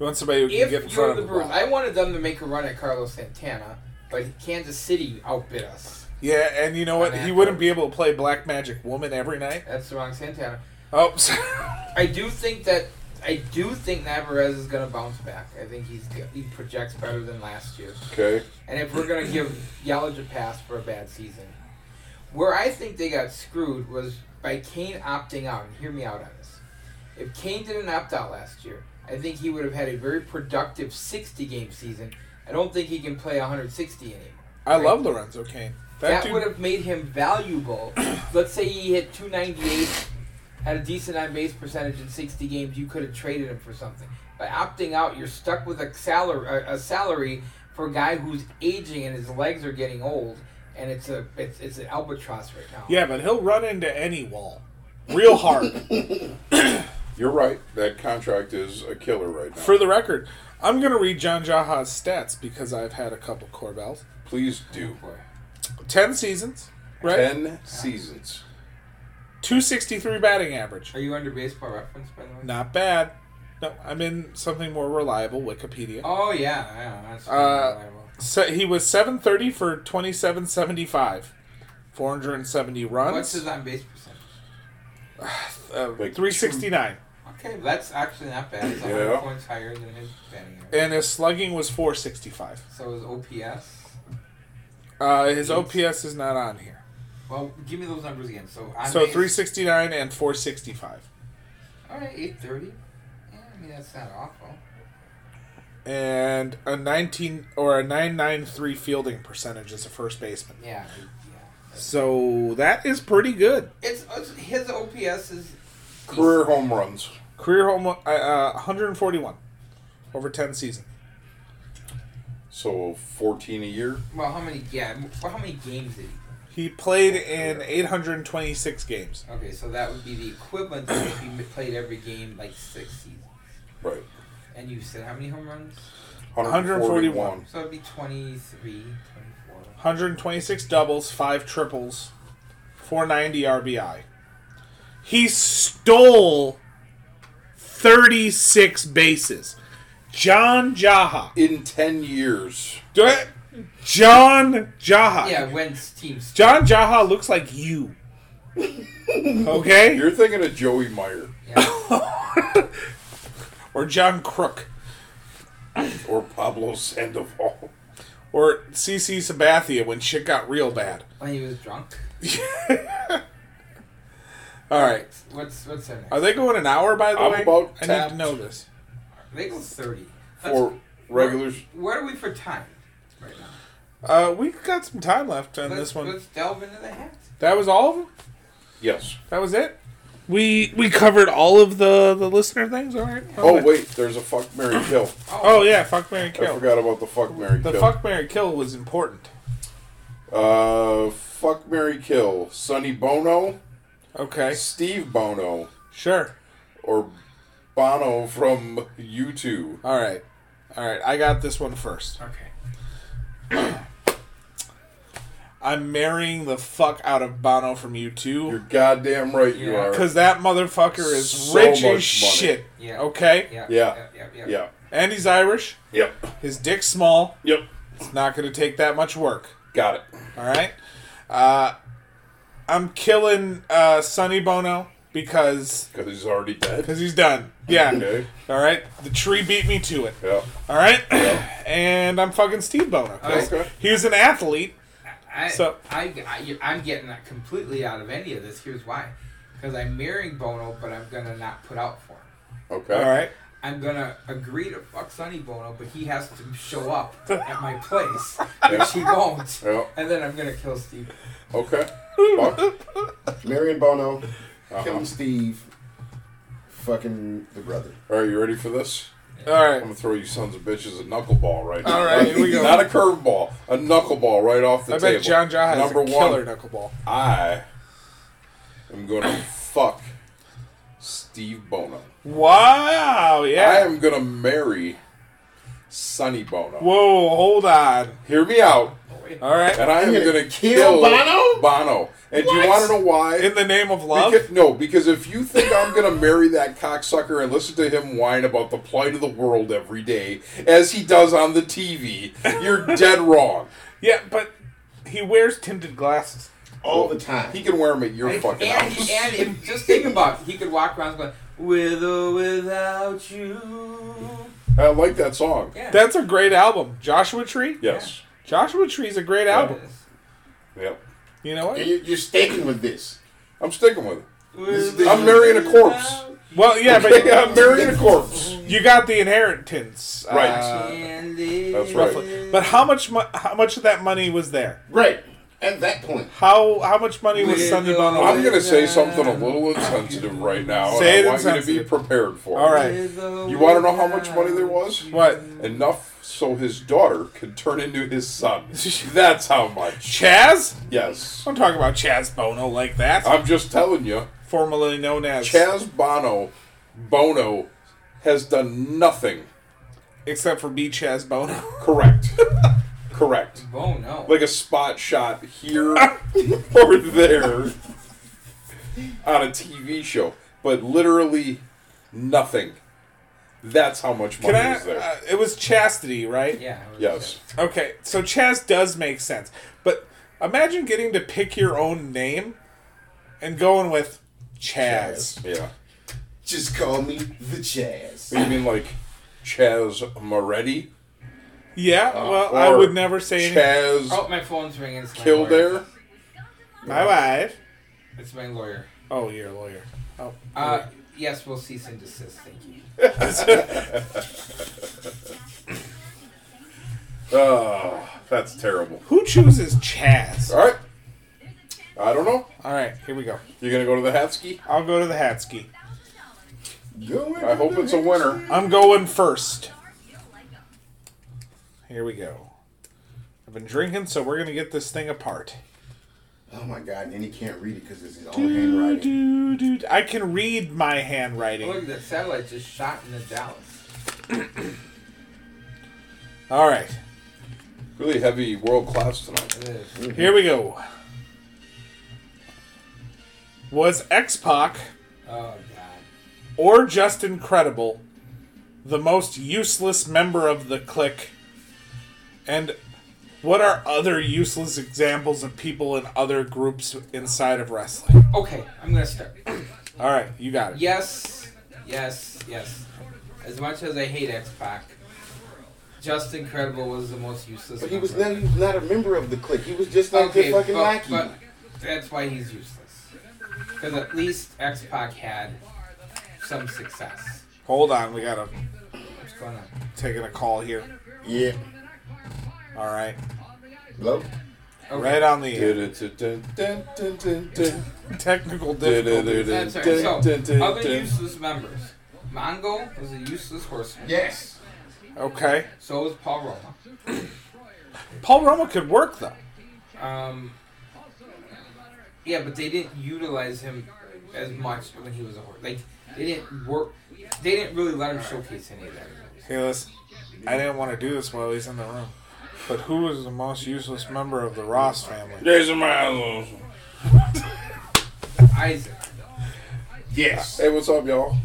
S2: You want somebody who can
S1: if
S2: get in
S1: you're
S2: front
S1: the
S2: of the
S1: Brewers,
S2: ball.
S1: I wanted them to make a run at Carlos Santana, but Kansas City outbid us.
S2: Yeah, and you know what? He wouldn't be able to play Black Magic Woman every night.
S1: That's the wrong Santana.
S2: Oh, sorry.
S1: I do think that I do think Navarez is going to bounce back. I think he's go- he projects better than last year.
S3: Okay,
S1: And if we're going to give Yelich a pass for a bad season, where I think they got screwed was by Kane opting out. And hear me out on this. If Kane didn't opt out last year, I think he would have had a very productive 60 game season. I don't think he can play 160 anymore.
S2: I love Lorenzo Kane. That,
S1: that,
S2: dude.
S1: would have made him valuable. Let's say he hit 298, had a decent on base percentage in 60 games. You could have traded him for something. By opting out, you're stuck with a salary, a, a salary for a guy who's aging and his legs are getting old, and it's a it's, it's an albatross right now.
S2: Yeah, but he'll run into any wall, real hard.
S3: you're right. That contract is a killer right now.
S2: For the record, I'm going to read John Jaha's stats because I've had a couple Corbels.
S3: Please do.
S1: Boy.
S2: 10 seasons, right?
S3: Ten seasons.
S2: 263 batting average.
S1: Are you under baseball reference by the way?
S2: Not bad. No, I'm in something more reliable, Wikipedia.
S1: Oh yeah, yeah. That's
S2: Uh,
S1: reliable.
S2: So he was 730 for 2775. 470 runs.
S1: What's his on base percentage?
S2: uh,
S3: Like
S2: 369.
S1: Okay, that's actually not bad. It's 100
S3: Yeah.
S1: points higher than his batting average.
S2: And his slugging was 465.
S1: So his OPS.
S2: Uh, his OPS is not on here.
S1: Well, give me those numbers again. So on
S2: So
S1: base-
S2: 369 and 465.
S1: All right, eight thirty. Yeah, I mean that's not awful.
S2: and a 19 or a 993 fielding percentage as a first baseman.
S1: Yeah, yeah.
S2: So that is pretty good.
S1: It's, it's his OPS is
S3: Career home runs.
S2: Career home uh, uh, 141 over 10 seasons.
S3: So 14 a year.
S1: Well, how many? Yeah, m- well, how many games did he? play?
S2: He played in 826 games.
S1: Okay, so that would be the equivalent of if he m- played every game like six seasons.
S3: Right.
S1: And you said how many home runs?
S2: 141.
S1: So it'd be 23, 24.
S2: 126 doubles, five triples, 490 RBI. He stole 36 bases. John Jaha.
S3: In 10 years.
S2: Do it. John Jaha.
S1: Yeah, when's teams?
S2: John Jaha looks like you. Okay?
S3: You're thinking of Joey Meyer
S1: Yeah.
S2: Or John Crook.
S3: or Pablo Sandoval.
S2: Or CC Sabathia when shit got real bad.
S1: when he was drunk.
S2: All right.
S1: What's what's their next?
S2: Are they going an hour, by the
S3: I'm
S2: way?
S3: about
S2: I need
S3: tapped.
S2: to know this.
S1: They go thirty. That's-
S3: For regulars.
S1: Where are we for time? Right now.
S2: Uh, we've got some time left on
S1: Let's,
S2: this one.
S1: Let's delve into the hats.
S2: That was all of them?
S3: Yes.
S2: That was it? We we covered all of the, the listener things, all right?
S3: Oh, wait. There's a fuck Mary kill.
S2: Oh, yeah, fuck, Mary
S3: I
S2: kill.
S3: forgot about the fuck Mary
S2: The
S3: kill.
S2: fuck, Mary kill was important.
S3: Uh, fuck Mary kill. Sonny Bono,
S2: Okay,
S3: Steve Bono,
S2: sure.
S3: or Bono from U2.
S2: All right. All right, I got this one first.
S1: Okay.
S2: I'm marrying the fuck out of Bono from
S3: You're
S2: U2
S3: goddamn right you
S1: Yeah.
S3: are.
S2: because that motherfucker is
S3: So
S2: rich as
S3: much money.
S2: shit.
S1: Yeah.
S2: Okay?
S1: Yeah.
S3: Yeah.
S1: Yeah. Yeah. yeah.
S3: Yeah.
S2: And he's Irish.
S3: Yep.
S2: His dick's small.
S3: Yep.
S2: It's not going to take that much work.
S3: Got it.
S2: All right. Uh, I'm killing uh, Sonny Bono because
S3: Because he's already dead.
S2: because he's done. Yeah.
S3: Okay.
S2: All right. The tree beat me to it.
S3: Yeah.
S2: All right. and I'm fucking Steve Bono.
S3: Okay.
S2: He was an athlete.
S1: I,
S2: So-
S1: I, I, am getting that completely out of any of this. Here's why. Because I'm marrying Bono, but I'm going to not put out for him.
S3: Okay.
S2: All right.
S1: I'm going to agree to fuck Sonny Bono, but he has to show up at my place, which he won't.
S3: Yeah.
S1: And then I'm going to kill Steve.
S3: Okay. Fuck.
S4: Marion Bono,
S3: Uh-huh.
S4: killing Steve, fucking the brother.
S3: All right, you ready for this?
S2: All
S3: I'm
S2: right.
S3: gonna throw you sons of bitches a knuckleball right now.
S2: All right, here we go.
S3: Not a curveball, a knuckleball right off the
S2: I
S3: table.
S2: bet John Jaha has
S3: Number
S2: a killer
S3: one,
S2: knuckleball.
S3: I am gonna fuck Steve Bono.
S2: Wow. Yeah.
S3: I am gonna marry Sonny Bono.
S2: Whoa. Hold on.
S3: Hear me out.
S2: All right.
S3: And I am
S4: gonna
S3: gonna kill,
S4: kill Bono?
S3: Bono. And do you want to know why?
S2: In the name of love.
S3: Because- no, because if you think I'm going to marry that cocksucker and listen to him whine about the plight of the world every day, as he does on the TV, you're dead wrong.
S2: yeah, but he wears tinted glasses.
S4: All the time.
S3: Oh, He can wear them at your
S1: And,
S3: fucking
S1: and,
S3: house.
S1: and if, just think about it. He could walk around going, with or without you.
S3: I like that song.
S1: Yeah.
S2: That's a great album. Joshua Tree.
S3: Yes.
S2: Joshua Tree's a great album.
S3: Yep.
S2: You know
S4: And
S2: what?
S4: you're, you're sticking with this.
S3: I'm sticking with it.
S1: With
S3: I'm marrying a corpse.
S2: Well, yeah, but
S3: Yeah, I'm marrying a corpse.
S2: you got the inheritance, uh,
S3: Right. That's right.
S2: roughly. But how much? Mo- how much of that money was there?
S4: Right. At that point.
S2: How how much money was
S1: We're
S2: Sunday
S1: going-
S2: Bono?
S3: I'm going to say something a little insensitive right now. and
S2: Say it
S3: I want you to
S2: insensitive.
S3: be prepared for it.
S2: All right.
S3: You want to know how much money there was?
S2: What?
S3: Enough so his daughter could turn into his son. That's how much.
S2: Chaz?
S3: Yes.
S2: Don't talk about Chaz Bono like that.
S3: I'm just telling you,
S2: formerly known as
S3: Chaz Bono, Bono has done nothing
S2: except for B Chaz Bono.
S3: Oh, correct. correct.
S1: Oh, no.
S3: Like a spot shot here or there on a TV show, but literally nothing. That's how much
S2: Can
S3: money
S2: I,
S3: is there.
S2: uh, it was chastity, right?
S1: yeah. it was-
S3: yes.
S2: Okay, so Chaz does make sense, but imagine getting to pick your own name and going with Chaz.
S3: Yeah.
S4: Just call me the Chaz.
S3: You mean like Chaz Moretti?
S2: Yeah, well, I
S3: Uh, Or
S2: would never say anything.
S3: Chaz
S1: Oh, my phone's ringing. It's my lawyer.
S3: Kildare.
S2: My wife.
S1: It's my lawyer.
S2: Oh, you're a lawyer. Oh,
S1: Uh, yes, we'll cease and desist. Thank you.
S3: Oh, that's terrible.
S2: who chooses Chaz?
S3: All right. I don't know.
S2: All right, here we go.
S3: You're gonna go to the hat ski.
S2: I'll go to the hat ski.
S4: Go in
S3: I hope
S4: under
S3: it's a
S4: his
S3: winner.
S2: I'm going first. Here we go. I've been drinking, so we're gonna get this thing apart.
S4: Oh my god, and then he can't read it because it's his own handwriting.
S2: Do, do, do. I can read my handwriting.
S1: Oh, look at that satellite just shot into Dallas.
S2: All right,
S3: Really heavy world class tonight. Uh,
S1: It is.
S2: here we go. Was X Pac
S1: Oh god.
S2: or just incredible the most useless member of the clique? And what are other useless examples of people in other groups inside of wrestling?
S1: Okay, I'm gonna start.
S2: All right, you got it.
S1: Yes, yes, yes. As much as I hate X Pac, Just Incredible was the most useless.
S4: But he was
S1: member.
S4: not, he was not a member of the clique. He was just like the fucking
S1: but,
S4: lackey.
S1: but that's why he's useless. Because at least X Pac had some success.
S2: Hold on, we gotta
S1: What's going on?
S2: taking a call here.
S4: yeah.
S2: All right,
S4: Hello?
S1: Okay.
S2: right on the air.
S3: Dun-dun-dun-dun-dun-dun.
S2: technical difficulty.
S1: That's right. So, other
S3: Dun-dun-dun-dun-dun.
S1: useless members. Mongo was a useless horseman.
S4: Yes.
S2: Okay.
S1: So was Paul Roma.
S2: Paul Roma could work though.
S1: Um, yeah, but they didn't utilize him as much when he was a horse. Like they didn't work. They didn't really let him showcase any of that.
S2: Hey, listen, I didn't want to do this while he's in the room. But who is the most useless member of the Ross family?
S3: Jason Miles.
S1: Isaac.
S4: Yes.
S3: Hey, what's up, y'all?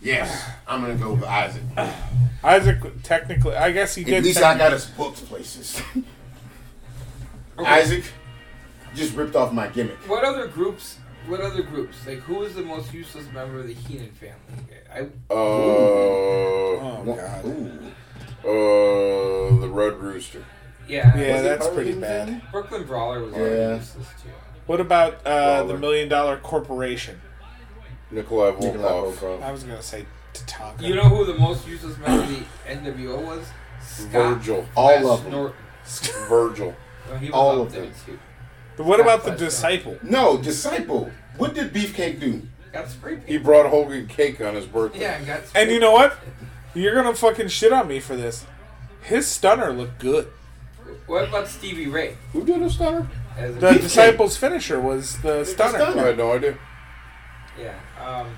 S4: Yes. I'm gonna go with Isaac. At
S2: Isaac, technically, I guess he did.
S4: least I got us booked places.
S1: Okay.
S4: Isaac just ripped off my gimmick.
S1: What other groups? What other groups? Like who is the most useless member of the Heenan family? I
S3: Uh,
S2: Oh
S4: One-
S2: god.
S4: Ooh.
S3: uh, the Red Rooster.
S1: yeah.
S2: Yeah,
S4: Was it
S2: that's
S4: part of
S2: pretty
S4: the
S2: bad.
S4: thing?
S1: Brooklyn Brawler was
S4: Yeah.
S1: already useless too.
S2: What about uh, the
S3: Dollar.
S2: Million Dollar Corporation?
S3: Nikolai
S4: Nikolai
S3: Volkov.
S4: Volkov.
S2: I was gonna say Tatanka.
S1: You know who the most useless member of the NWO was? Scott
S3: Virgil.
S4: All
S1: Flash
S4: of them.
S1: Norton.
S3: Virgil.
S1: Well, Oh, he was
S4: All
S1: up
S4: of
S1: there
S4: them.
S1: too.
S2: what about the
S1: That's-
S2: disciple?
S4: No, disciple. What did Beefcake do?
S1: Got spray paint.
S3: He brought Hogan cake on his birthday.
S1: yeah, and got. Spray
S2: And you know what? You're gonna fucking shit on me for this. His stunner looked good.
S1: What about Stevie Ray?
S3: Who did a stunner?
S1: As a
S2: The disciple's finisher was the stunner.
S4: stunner.
S3: I had no idea.
S1: Yeah. Um,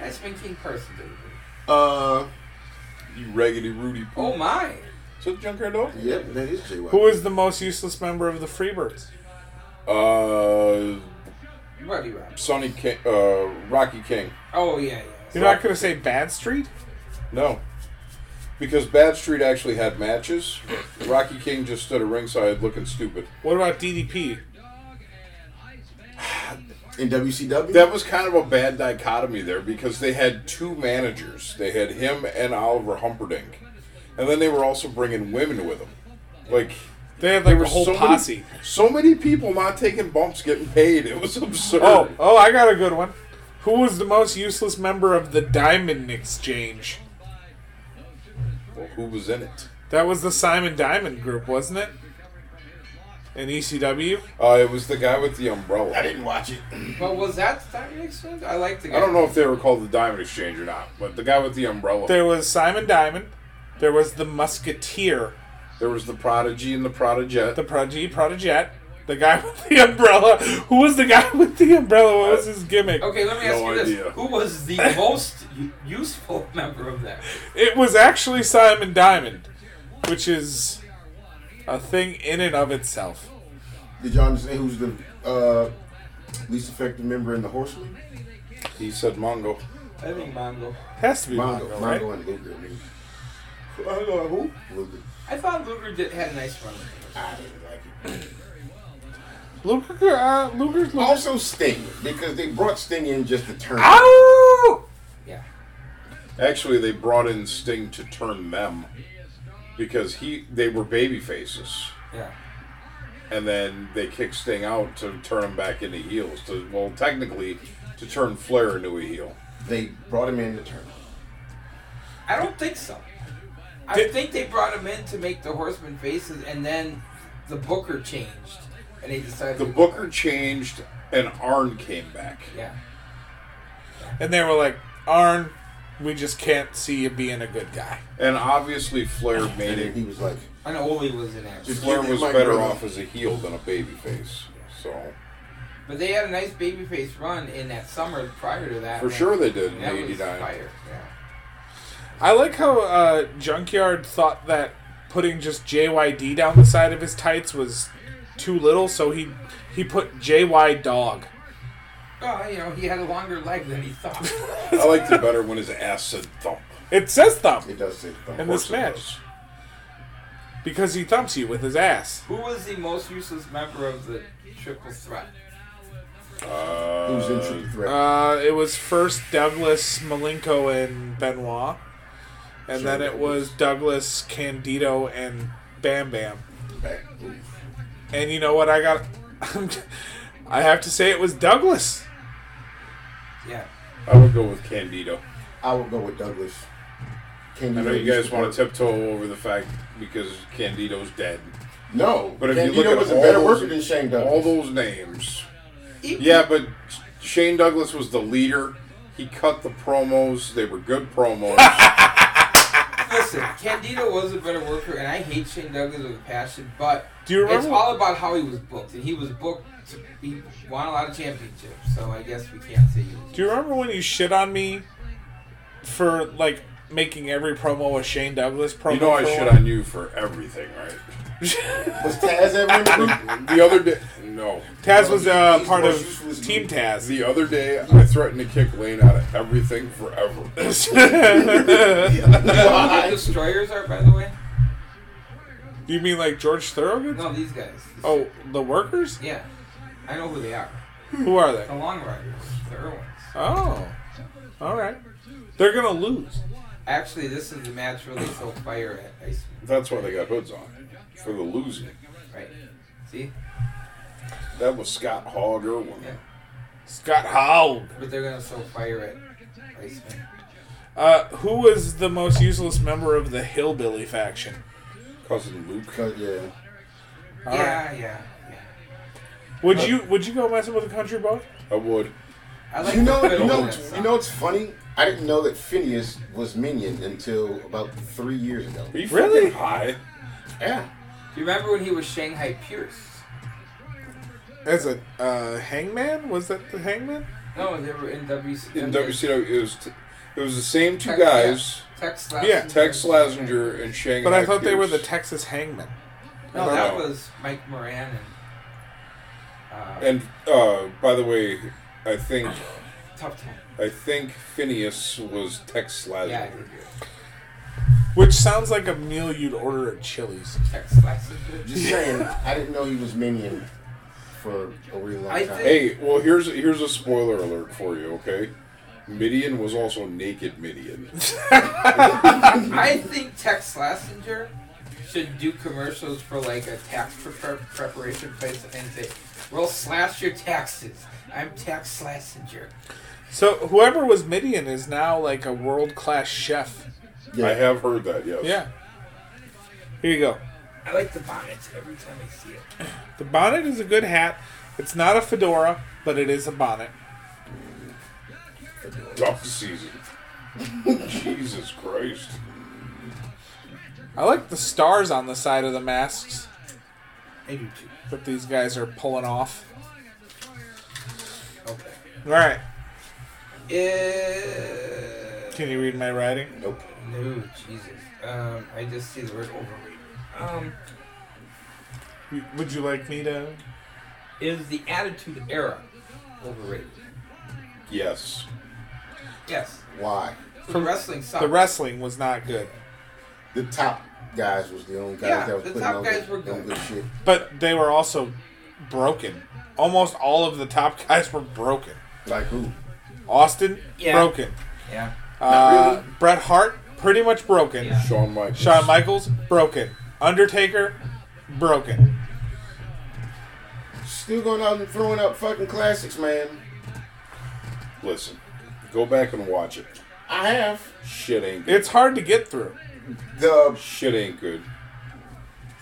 S1: that's been King Carson. dude.
S4: Uh
S3: You raggedy Rudy. Poo.
S1: Oh my!
S3: Is that Junkyard Dog?
S4: yep, that is Jay
S2: Who is the most useless member of the Freebirds?
S3: Uh,
S1: Buddy Rob.
S3: Sonny King, uh, Rocky King.
S1: Oh yeah, yeah.
S2: You're not gonna say Bad Street?
S3: No. Because Bad Street actually had matches. Rocky King just stood at ringside looking stupid.
S2: What about DDP?
S4: in WCW?
S3: That was kind of a bad dichotomy there because they had two managers. They had him and Oliver Humperdinck. And then they were also bringing women with them. Like,
S2: They had
S3: there
S2: like
S3: were
S2: a whole
S3: so
S2: posse.
S3: Many, so many people not taking bumps getting paid. It was absurd.
S2: Oh, oh, I got a good one. Who was the most useless member of the Diamond Exchange?
S3: Well, who was in it?
S2: That was the Simon Diamond group, wasn't it? In E ECW?
S3: Uh, it was the guy with the umbrella.
S4: I didn't watch it.
S1: But was that the Diamond Exchange? I like the guy.
S3: I don't know if they were called the Diamond Exchange or not, but the guy with the umbrella.
S2: There was Simon Diamond. There was the Musketeer,
S3: There was the Prodigy and the Prodigette.
S2: the Prodigy Prodigette, the guy with the umbrella. Who was the guy with the umbrella? What was his gimmick?
S1: Okay, let me ask
S3: No
S1: you this:
S3: idea.
S1: Who was the most u- useful member of that?
S2: It was actually Simon Diamond, which is a thing in and of itself.
S4: Did y'all understand who's the uh, least effective member in the Horseman?
S3: he said Mongo.
S1: I think Mongo.
S2: Has to be
S4: Mongo,
S2: Mongo, right?
S4: Mongo and Luger. I mean,
S3: Mongo Uh, who?
S4: Luger.
S1: I thought Luger did had a nice run.
S4: I didn't like it.
S2: Luger, uh, Luger's Luger.
S4: Also Sting, because they brought Sting in just to turn.
S2: Ow!
S1: Yeah.
S3: Actually, they brought in Sting to turn them because he they were baby faces,
S1: Yeah.
S3: and then they kicked Sting out to turn him back into heels. To well, technically, to turn Flair into a heel.
S4: They brought him in to turn.
S1: I don't think so. I
S2: Did-
S1: think they brought him in to make the Horseman faces, and then the Booker changed, and they decided
S3: The
S1: to-
S3: Booker changed, and Arn came back.
S1: Yeah.
S2: And they were like, Arn, we just can't see you being a good guy.
S3: And obviously, Flair made
S4: And he
S3: it.
S4: was like,
S1: I know Ole was in action.
S4: Just
S3: Flair
S4: give me
S3: was
S4: my
S3: better
S4: brother.
S3: off as a heel than a babyface. So
S1: But they had a nice babyface run in that summer prior to that.
S3: for
S1: when-
S3: sure they did in
S1: That was
S3: '89.
S1: fire. Yeah.
S2: I like how uh, Junkyard thought that putting just JYD down the side of his tights was too little, so he he put JY dog.
S1: Well, you know, he had a longer leg than he thought.
S3: I liked it better when his ass said thump.
S2: It says thump
S4: it does say
S2: in
S4: thumb.
S2: this
S3: course it
S2: match
S3: does.
S2: because he thumps you with his ass.
S1: Who was the most useless member of the triple threat?
S3: Uh,
S4: Who's in triple threat?
S2: Uh, it was first Douglas Malenko and Benoit, and
S4: Sure,
S2: then it was Douglas Candido and Bam Bam.
S4: Back.
S2: And you know what? I got. I have to say it was Douglas.
S1: Yeah.
S3: I would go with Candido.
S4: I would go with Douglas. Can
S3: I know you guys want to tiptoe over the fact because Candido's dead.
S4: No,
S3: But if you
S4: Candido
S3: look at
S4: was a
S3: all
S4: better
S3: those-
S4: worker than Shane Douglas.
S3: all those names,
S1: Even-
S3: yeah, but Shane Douglas was the leader. He cut the promos; they were good promos.
S1: Listen, Candido was a better worker, and I hate Shane Douglas with a passion, but
S2: Do you
S1: it's
S2: remember?
S1: all about how he was booked, and he was booked to he won a lot of championships, so I guess we can't say he was.
S2: Do you remember when you shit on me for like making every promo a Shane Douglas promo?
S3: you know, I
S2: for
S3: shit
S2: one?
S3: on you for everything, right?
S4: was Taz ever in the group?
S3: The other day, no.
S2: Taz was uh,
S4: He's
S2: part
S4: more
S2: of
S4: useless than
S2: Team
S4: me.
S2: Taz.
S3: The other day, I threatened to kick Lane out of everything forever.
S1: The
S4: Why?
S1: Uh, destroyers are, by the way.
S2: you mean like George Thorogood?
S1: No, these guys.
S2: Oh, the workers?
S1: Yeah, I know who they are.
S2: Who are they?
S1: The Long Riders, the Irwins.
S2: Oh, all right. They're gonna lose.
S1: Actually, this is the match where they throw fire at Iceman.
S3: That's why they got hoods on for the losing.
S1: Right. See?
S3: That was Scott Hogg Irwin.
S1: Yeah.
S2: Scott Hall.
S1: But they're gonna throw fire at Iceman.
S2: Uh, who was the most useless member of the Hillbilly faction?
S3: Cousin Luke.
S4: Cause, yeah.
S2: All right.
S1: yeah, yeah, yeah.
S2: Would you would you go messing with a country boy?
S3: I would.
S1: I like
S4: You know,
S1: the
S4: you
S1: middle of
S4: know,
S1: that
S4: you
S1: song.
S4: know. It's funny. I didn't know that Phineas was Minion until about three years ago.
S3: Are you
S2: Really?
S3: fucking high?
S4: Yeah.
S1: Do you remember when he was Shanghai Pierce?
S2: As a uh, hangman? Was that the hangman?
S1: No, they were in WC.
S3: In WCW, it was, t- it was the same two
S1: Tex-
S3: guys,
S1: yeah, Tex Slazenger.
S2: Yeah,
S3: Tex Lazinger and Shanghai
S2: But I thought they were
S3: Pierce.
S2: the Texas Hangman.
S1: No,
S3: No,
S1: that
S3: no.
S1: was Mike Moran and uh,
S3: And uh, by the way, I think
S1: Tough Time.
S3: I think Phineas was Tex Slazenger.
S1: Yeah, I agree.
S2: Which sounds like a meal you'd order at Chili's.
S1: Tex Slazenger.
S4: Just saying. I didn't know he was Minion for a really long
S1: I
S4: time.
S1: think-
S3: Hey, well here's here's a spoiler alert for you, okay? Midian was also naked Midian.
S1: I think Tex Slazenger should do commercials for like a tax pre- preparation place and say, "We'll slash your taxes." I'm Tex Slazenger.
S2: So whoever was Midian is now like a world class chef.
S4: Yeah.
S3: I have heard that, yes.
S2: Yeah. Here you go.
S1: I like the bonnets every time I see it.
S2: The bonnet is a good hat. It's not a fedora, but it is a bonnet.
S3: Duck season. Jesus Christ.
S2: I like the stars on the side of the masks
S1: I do too.
S2: that these guys are pulling off.
S1: Okay.
S2: All right.
S1: Uh,
S2: Can you read my writing?
S4: Nope.
S1: no, Jesus. Um, I just see the word overrated. Um,
S2: You- Would you like me to?
S1: is the Attitude Era overrated?
S3: Yes.
S1: Yes.
S4: Why?
S1: The wrestling sucked.
S2: The wrestling was not good,
S4: The top guys was the only guys
S1: Yeah,
S4: that was
S1: the
S4: putting
S1: top
S4: on
S1: guys
S4: good,
S1: were good.
S4: on shit.
S2: but they were also broken. Almost all of the top guys were broken.
S4: Like who?
S2: Austin,
S1: Yeah.
S2: broken.
S1: yeah.
S2: Uh, Bret Hart, pretty much broken.
S1: Yeah.
S3: Shawn Michaels.
S2: Shawn Michaels, broken. Undertaker, broken.
S4: Still going out and throwing out fucking classics, man.
S3: Listen. Go back and watch it.
S4: I have
S3: Shit ain't good.
S2: It's hard to get through.
S4: the.
S3: Shit ain't good.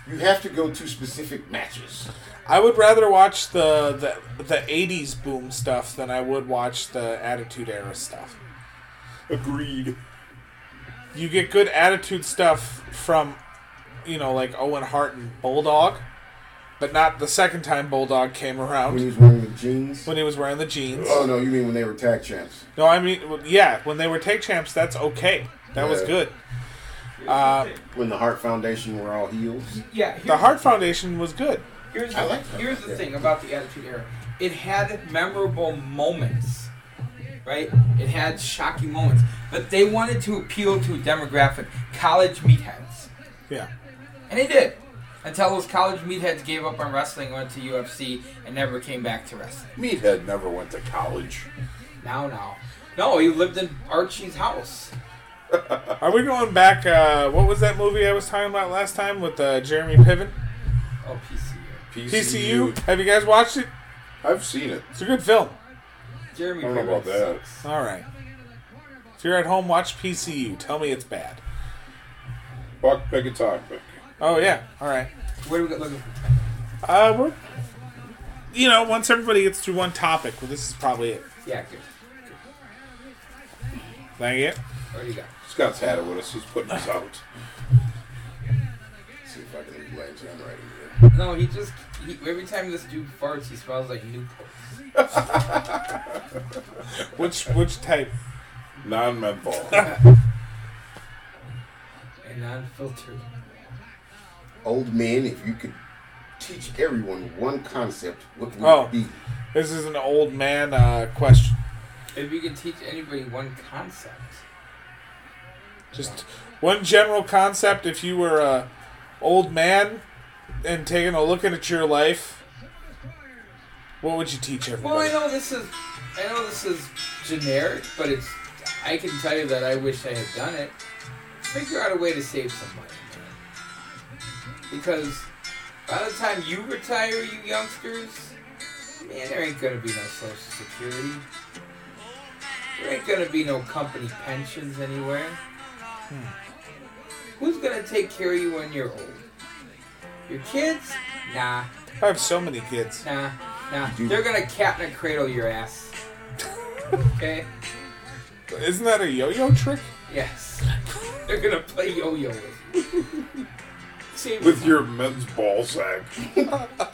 S4: You have to go to specific matches.
S2: I would rather watch the, the the 80s boom stuff than I would watch the Attitude Era stuff.
S3: Agreed.
S2: you get good attitude stuff from, you know, like Owen Hart and Bulldog, but not the second time Bulldog came
S4: When he
S2: around
S4: was wearing the jeans.
S2: when he was wearing the jeans.
S4: Oh no, you mean when they were tag champs?
S2: No, I mean, well, yeah, when they were take champs, that's okay. That was
S4: Yeah.
S2: good.
S1: Uh,
S4: When the Hart Foundation were all heels?
S1: yeah, here's
S2: The Hart Foundation was good.
S1: Here's
S4: I
S1: the,
S4: like that.
S1: here's the
S4: Yeah.
S1: thing about the Attitude Era. It had memorable moments, right? It had shocking moments, but they wanted to appeal to a demographic, college meatheads,
S2: Yeah.
S1: and they did. Until those college meatheads gave up on wrestling, went to UFC, and never came back to wrestling.
S3: Meathead never went to college.
S1: Now, now, no, he lived in Archie's house.
S2: Are we going back? Uh, what was that movie I was talking about last time with uh, Jeremy Piven?
S1: Oh, PC.
S2: PCU. Have you guys watched it?
S3: I've seen it.
S2: It's a good film.
S1: Jeremy.
S3: I don't know
S1: Piven
S3: about that.
S1: sucks.
S2: All right. If you're at home, watch PCU. Tell me it's bad.
S3: Buck pick a topic.
S2: Oh yeah. All right.
S1: What are we looking for?
S2: Uh, we're, you know, once everybody gets through one topic, well, this is probably it.
S1: Yeah, good.
S2: Thank you.
S1: What do you got?
S3: Scott's had it with us. He's putting us out.
S4: see if I can blame John right here.
S1: No, he just he, every time this dude farts, he smells like Newports.
S2: Which which type?
S3: Non menthol.
S1: and unfiltered.
S4: Old men, if you could teach everyone one concept, what would
S2: Oh.
S4: it be?
S2: This is an old man uh, question.
S1: If you could teach anybody one concept,
S2: Just one general concept. If you were a old man and taking a look at your life, what would you teach everybody?
S1: well, I know this is, I know this is generic, but it's, I can tell you that I wish I had done it. Figure out a way to save some money, man. Because by the time you retire, you youngsters, man, there ain't gonna be no social security. There ain't gonna be no company pensions anywhere. Who's gonna take care of you when you're old? Your kids? Nah.
S2: I have so many kids.
S1: Nah, nah. They're gonna cat and cradle your ass. Okay?
S2: Isn't that a yo-yo trick?
S1: Yes. They're gonna play yo-yo with you. Save
S3: with
S1: your
S3: your men's ball sack.
S1: money.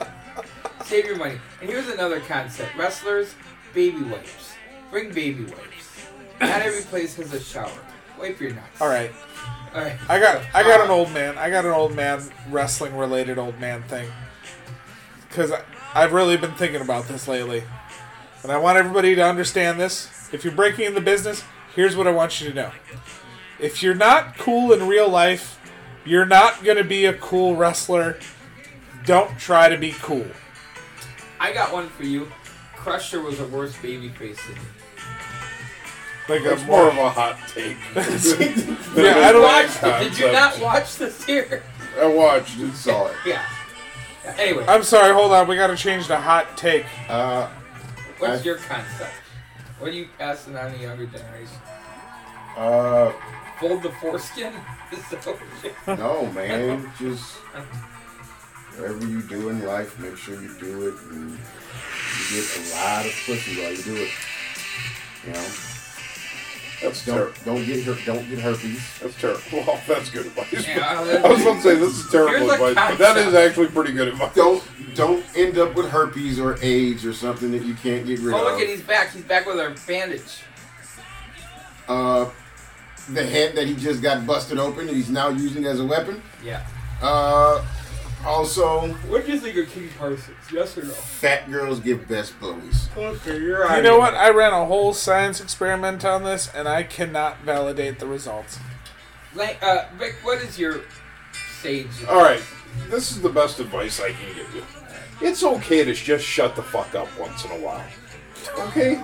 S1: save your money. And here's another concept: wrestlers, baby wipes. Bring baby wipes. Not every place has a shower. Wipe your nuts.
S2: All right.
S1: All right.
S2: I got I got an old man. I got an old man wrestling related old man thing. Cuz I've really been thinking about this lately. And I want everybody to understand this. If you're breaking in the business, here's what I want you to know. If you're not cool in real life, you're not going to be a cool wrestler. Don't try to be cool.
S1: I got one for you. Crusher was a worse baby face than you.
S2: Like a
S3: That's more
S2: more
S3: of a hot take.
S2: Yeah, I don't
S1: Watch the- Did you not watch this here?
S3: I watched it.
S4: Sorry.
S1: Yeah. Anyway,
S2: I'm sorry, hold on. We got to change the hot take.
S4: Uh,
S1: what's
S4: I-
S1: your concept? What are you passing on to younger generation?
S4: uh,
S1: Fold the foreskin? Is that what you-
S4: no, man. Just whatever you do in life, make sure you do it. And you get a lot of pussy while you do it. You know,
S3: That's terrible.
S4: don't don't get her, don't get herpes.
S3: That's terrible. Well, that's good advice.
S1: Yeah,
S3: I
S1: that's-
S3: was going to say this is terrible
S1: Here's a
S3: advice, but that is
S1: concept.
S3: actually pretty good advice.
S4: Don't don't end up with herpes or AIDS or something that you can't get rid
S1: Oh, look
S4: of.
S1: at he's back. He's back with our bandage.
S4: uh, the head that he just got busted open and he's now using as a weapon.
S1: Yeah.
S4: Uh, also,
S1: What do you think of King Parsons? Yes or no?
S4: fat girls give best blowies.
S1: Okay, you're out.
S2: You know what? I ran a whole science experiment on this, and I cannot validate the results.
S1: Like, uh, Rick, what is your sage?
S3: All right, this is the best advice I can give you. It's okay to just shut the fuck up once in a while. Okay?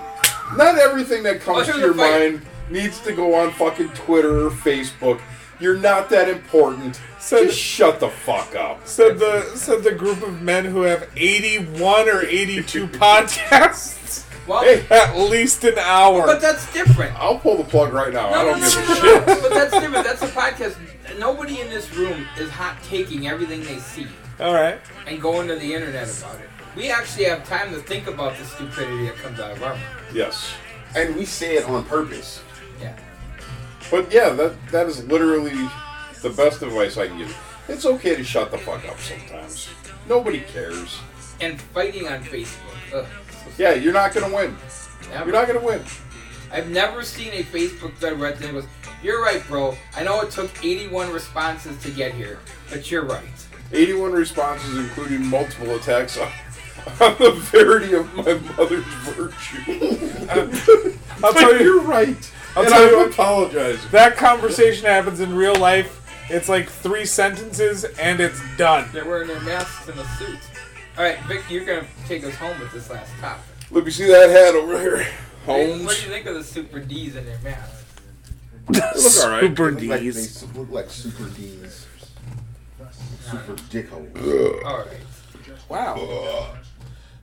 S3: Not everything that comes
S1: Oh,
S3: to
S1: here's
S3: your
S1: the fight.
S3: mind needs to go on fucking Twitter or Facebook. You're not that important.
S2: So-
S3: just shut the fuck up.
S2: Said the said the group of men who have eighty one or eighty two podcasts,
S1: Well,
S3: Hey,
S2: at least an hour.
S1: but that's different.
S3: I'll pull the plug right now. I
S1: No, no,
S3: don't
S1: no,
S3: give
S1: no, no,
S3: a shit.
S1: no, But that's different. That's a podcast. Nobody in this room is hot taking everything they see
S2: All right,
S1: and going to the internet about it. We actually have time to think about the stupidity that comes out of our mouth.
S3: Yes.
S4: And we say it on purpose.
S1: Yeah.
S3: But yeah, that that is literally the best advice I can give. you. It's okay to shut the fuck up sometimes. Nobody cares.
S1: And fighting on Facebook. Ugh.
S3: Yeah, you're not gonna win.
S1: Never.
S3: You're not gonna win.
S1: I've never seen a Facebook thread where that goes, You're right, bro. I know it took 81 responses to get here, but you're right.
S3: 81 responses, including multiple attacks on, on the verity of my mother's virtue.
S2: I'll tell you-
S3: you're right.
S2: I'll
S3: and
S2: tell
S3: I'm
S2: you what-
S3: apologizing.
S2: That conversation happens in real life. It's like three sentences and it's done.
S1: They're wearing their masks and a suit. All right, Vic, you're going to take us home with this last topic.
S3: Look, you see that hat over here?
S1: What do
S3: Holmes.
S1: you think of the Super D's in their masks?
S3: Look all right.
S2: Super
S4: Look like, they
S2: D's.
S4: su- look like super D's. Super dickholes.
S1: All right.
S2: Wow.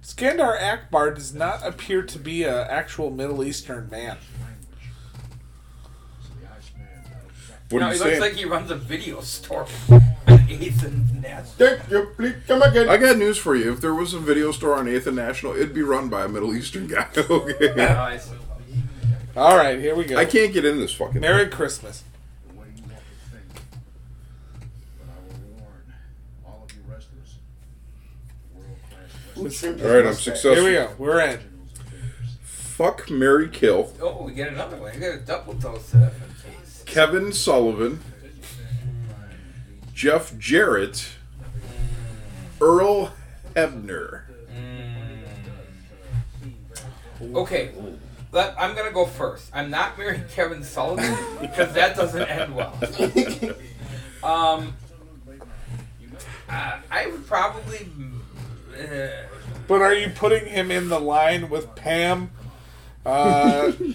S2: Skandar Akbar does not appear to be an actual Middle Eastern man.
S3: What
S1: No,
S3: are
S1: he
S3: you
S1: looks
S3: saying?
S1: like he runs a video store on 8th and National.
S4: Thank you, please come again.
S6: I got news for you. If there was a video store on 8th and National, it'd be run by a Middle Eastern guy. okay.
S1: Oh, I see.
S2: All right, here we go.
S6: I can't get in this fucking.
S2: Merry Christmas.
S7: what do you want to think? But I will warn all of you wrestlers, world-class
S4: Who trimmed
S3: All
S4: his
S3: right, I'm
S4: mustache?
S3: successful.
S2: Here we go. We're in.
S6: Fuck Mary Kill.
S1: Oh, we get another one. We got a double dose of FMKs.
S6: Kevin Sullivan, Jeff Jarrett, Earl Hebner.
S1: Mm. Okay, let, I'm gonna go first. I'm not marrying Kevin Sullivan because that doesn't end well. um, uh, I would probably. Uh,
S2: But are you putting him in the line with Pam? Uh,
S6: Who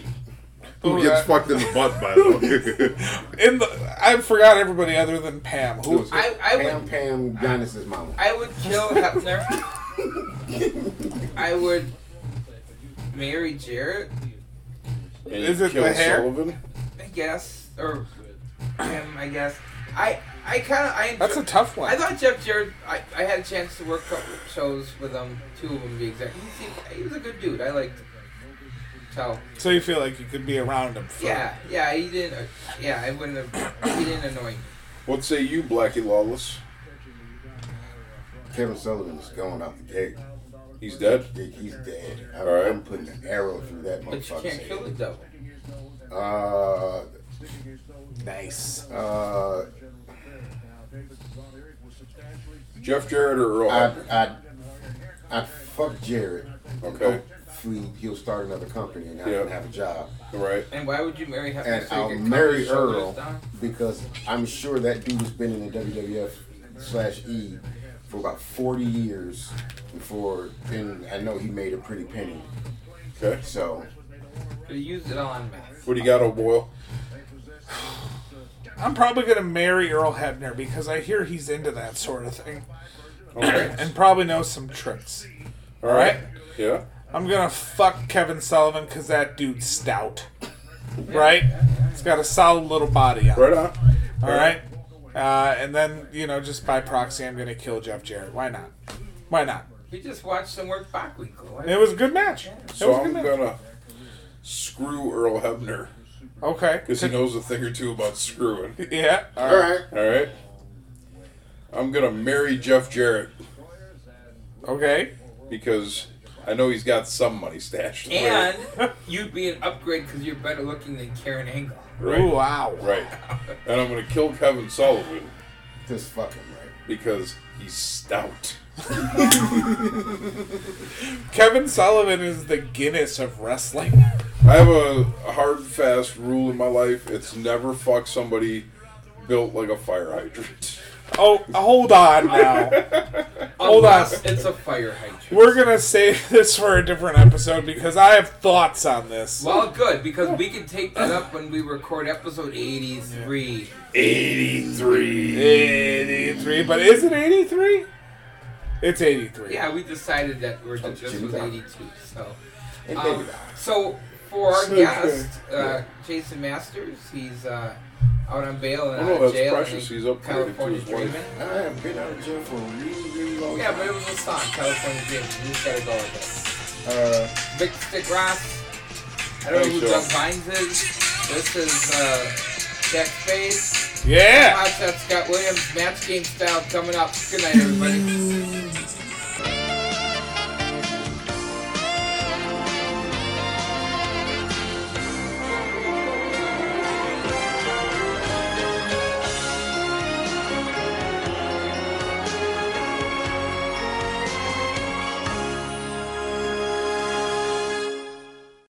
S2: Who
S6: gets
S2: that-
S6: fucked in the butt, by the way?
S2: in the I forgot everybody other than Pam. Who?
S1: I, I
S4: Pam
S1: would
S4: Pam Giannis's mama.
S1: I would kill Hefner. I would marry Jarrett,
S3: And
S2: Is it
S3: kill
S2: the hair?
S3: Sullivan?
S1: I guess, or him, I guess. I I kind of I enjoy,
S2: That's a tough one.
S1: I thought Jeff Jarrett. I, I had a chance to work a couple shows with him, two of them to be exact. He seemed, he was a good dude. I liked him. So
S2: So you feel like you could be around him? For,
S1: yeah, yeah, he didn't. Yeah, I wouldn't have. He didn't annoy me.
S3: What say you, Blackie Lawless?
S4: Kevin Sullivan is going out the gate.
S3: He's dead.
S4: Dick, he's dead. I'm,
S3: All right.
S4: I'm putting an arrow through that
S1: But you
S4: motherfucker's
S1: can't kill the
S4: head.
S1: devil.
S4: Uh,
S2: Nice.
S4: uh,
S3: Jeff Jarrett or Earl?
S4: I,
S3: Hebner?
S4: I, I fuck Jared.
S3: Okay.
S4: Hopefully he'll start another company and I
S3: Yeah.
S4: don't have a job.
S3: All right.
S1: And why would you marry Hefner?
S4: And
S1: you
S4: I'll
S1: could cover
S4: marry
S1: his shoulders
S4: Earl
S1: down?
S4: because I'm sure that dude has been in the WWF slash E for about 40 years before, and I know he made a pretty penny.
S3: Okay.
S4: So,
S1: But he used it all on meth.
S3: What do you got, old boy?
S2: I'm probably gonna marry Earl Hebner because I hear he's into that sort of thing,
S3: Okay.
S2: and probably knows some tricks.
S3: All right. Yeah.
S2: I'm gonna fuck Kevin Sullivan because that dude's stout, right? He's got a solid little body on. him.
S3: Right on.
S2: All right. Uh, and then you know, just by proxy, I'm gonna kill Jeff Jarrett. Why not? Why not?
S1: We just watched him work Bachwinkle.
S2: It was a good match. It
S3: So
S2: was a
S3: I'm
S2: good match.
S3: gonna screw Earl Hebner because he
S2: Okay.
S3: knows a thing or two about screwing.
S2: Yeah. All
S4: all
S2: right.
S4: right.
S3: All right. I'm gonna marry Jeff Jarrett
S2: Okay.
S3: because I know he's got some money stashed. away.
S1: And you'd be an upgrade because you're better looking than Karen Angle.
S3: Right.
S2: Ooh, wow.
S3: Right. And I'm gonna kill Kevin Sullivan
S4: Just fuck him, right?
S3: because he's stout.
S2: Kevin Sullivan is the Guinness of wrestling.
S3: I have a hard, fast rule in my life. It's never fuck somebody built like a fire hydrant.
S2: Oh, hold on now. Hold on.
S1: Unless it's a fire hydrant.
S2: We're gonna save this for a different episode because I have thoughts on this.
S1: Well, good, because we can take that up when we record episode 83.
S3: 83.
S2: 83, but is it 83? It's 83.
S1: Yeah, we decided that we're
S4: Oh,
S1: this
S4: Jimmy
S1: was
S4: Doc.
S1: 82. So,
S4: And
S1: um,
S4: maybe not.
S1: so for our
S3: So
S1: guest, uh, Jason Masters, he's uh, out on bail and
S3: Oh, no,
S1: out of
S3: that's
S1: jail.
S3: precious.
S1: and
S3: He's upgraded to
S1: California
S3: his wife.
S1: Dreamin'.
S4: I have been out of jail for a really, really long
S1: Yeah,
S4: time.
S1: but it was a song, California Dreaming. You just gotta go with it.
S4: Uh,
S1: Big Stick Ross. I don't know who Doug
S3: Thanks, Joe.
S1: Vines is. This is uh, Jack Spade.
S2: Yeah.
S1: Hot Shot Scott Williams match game style coming up. Good night, everybody.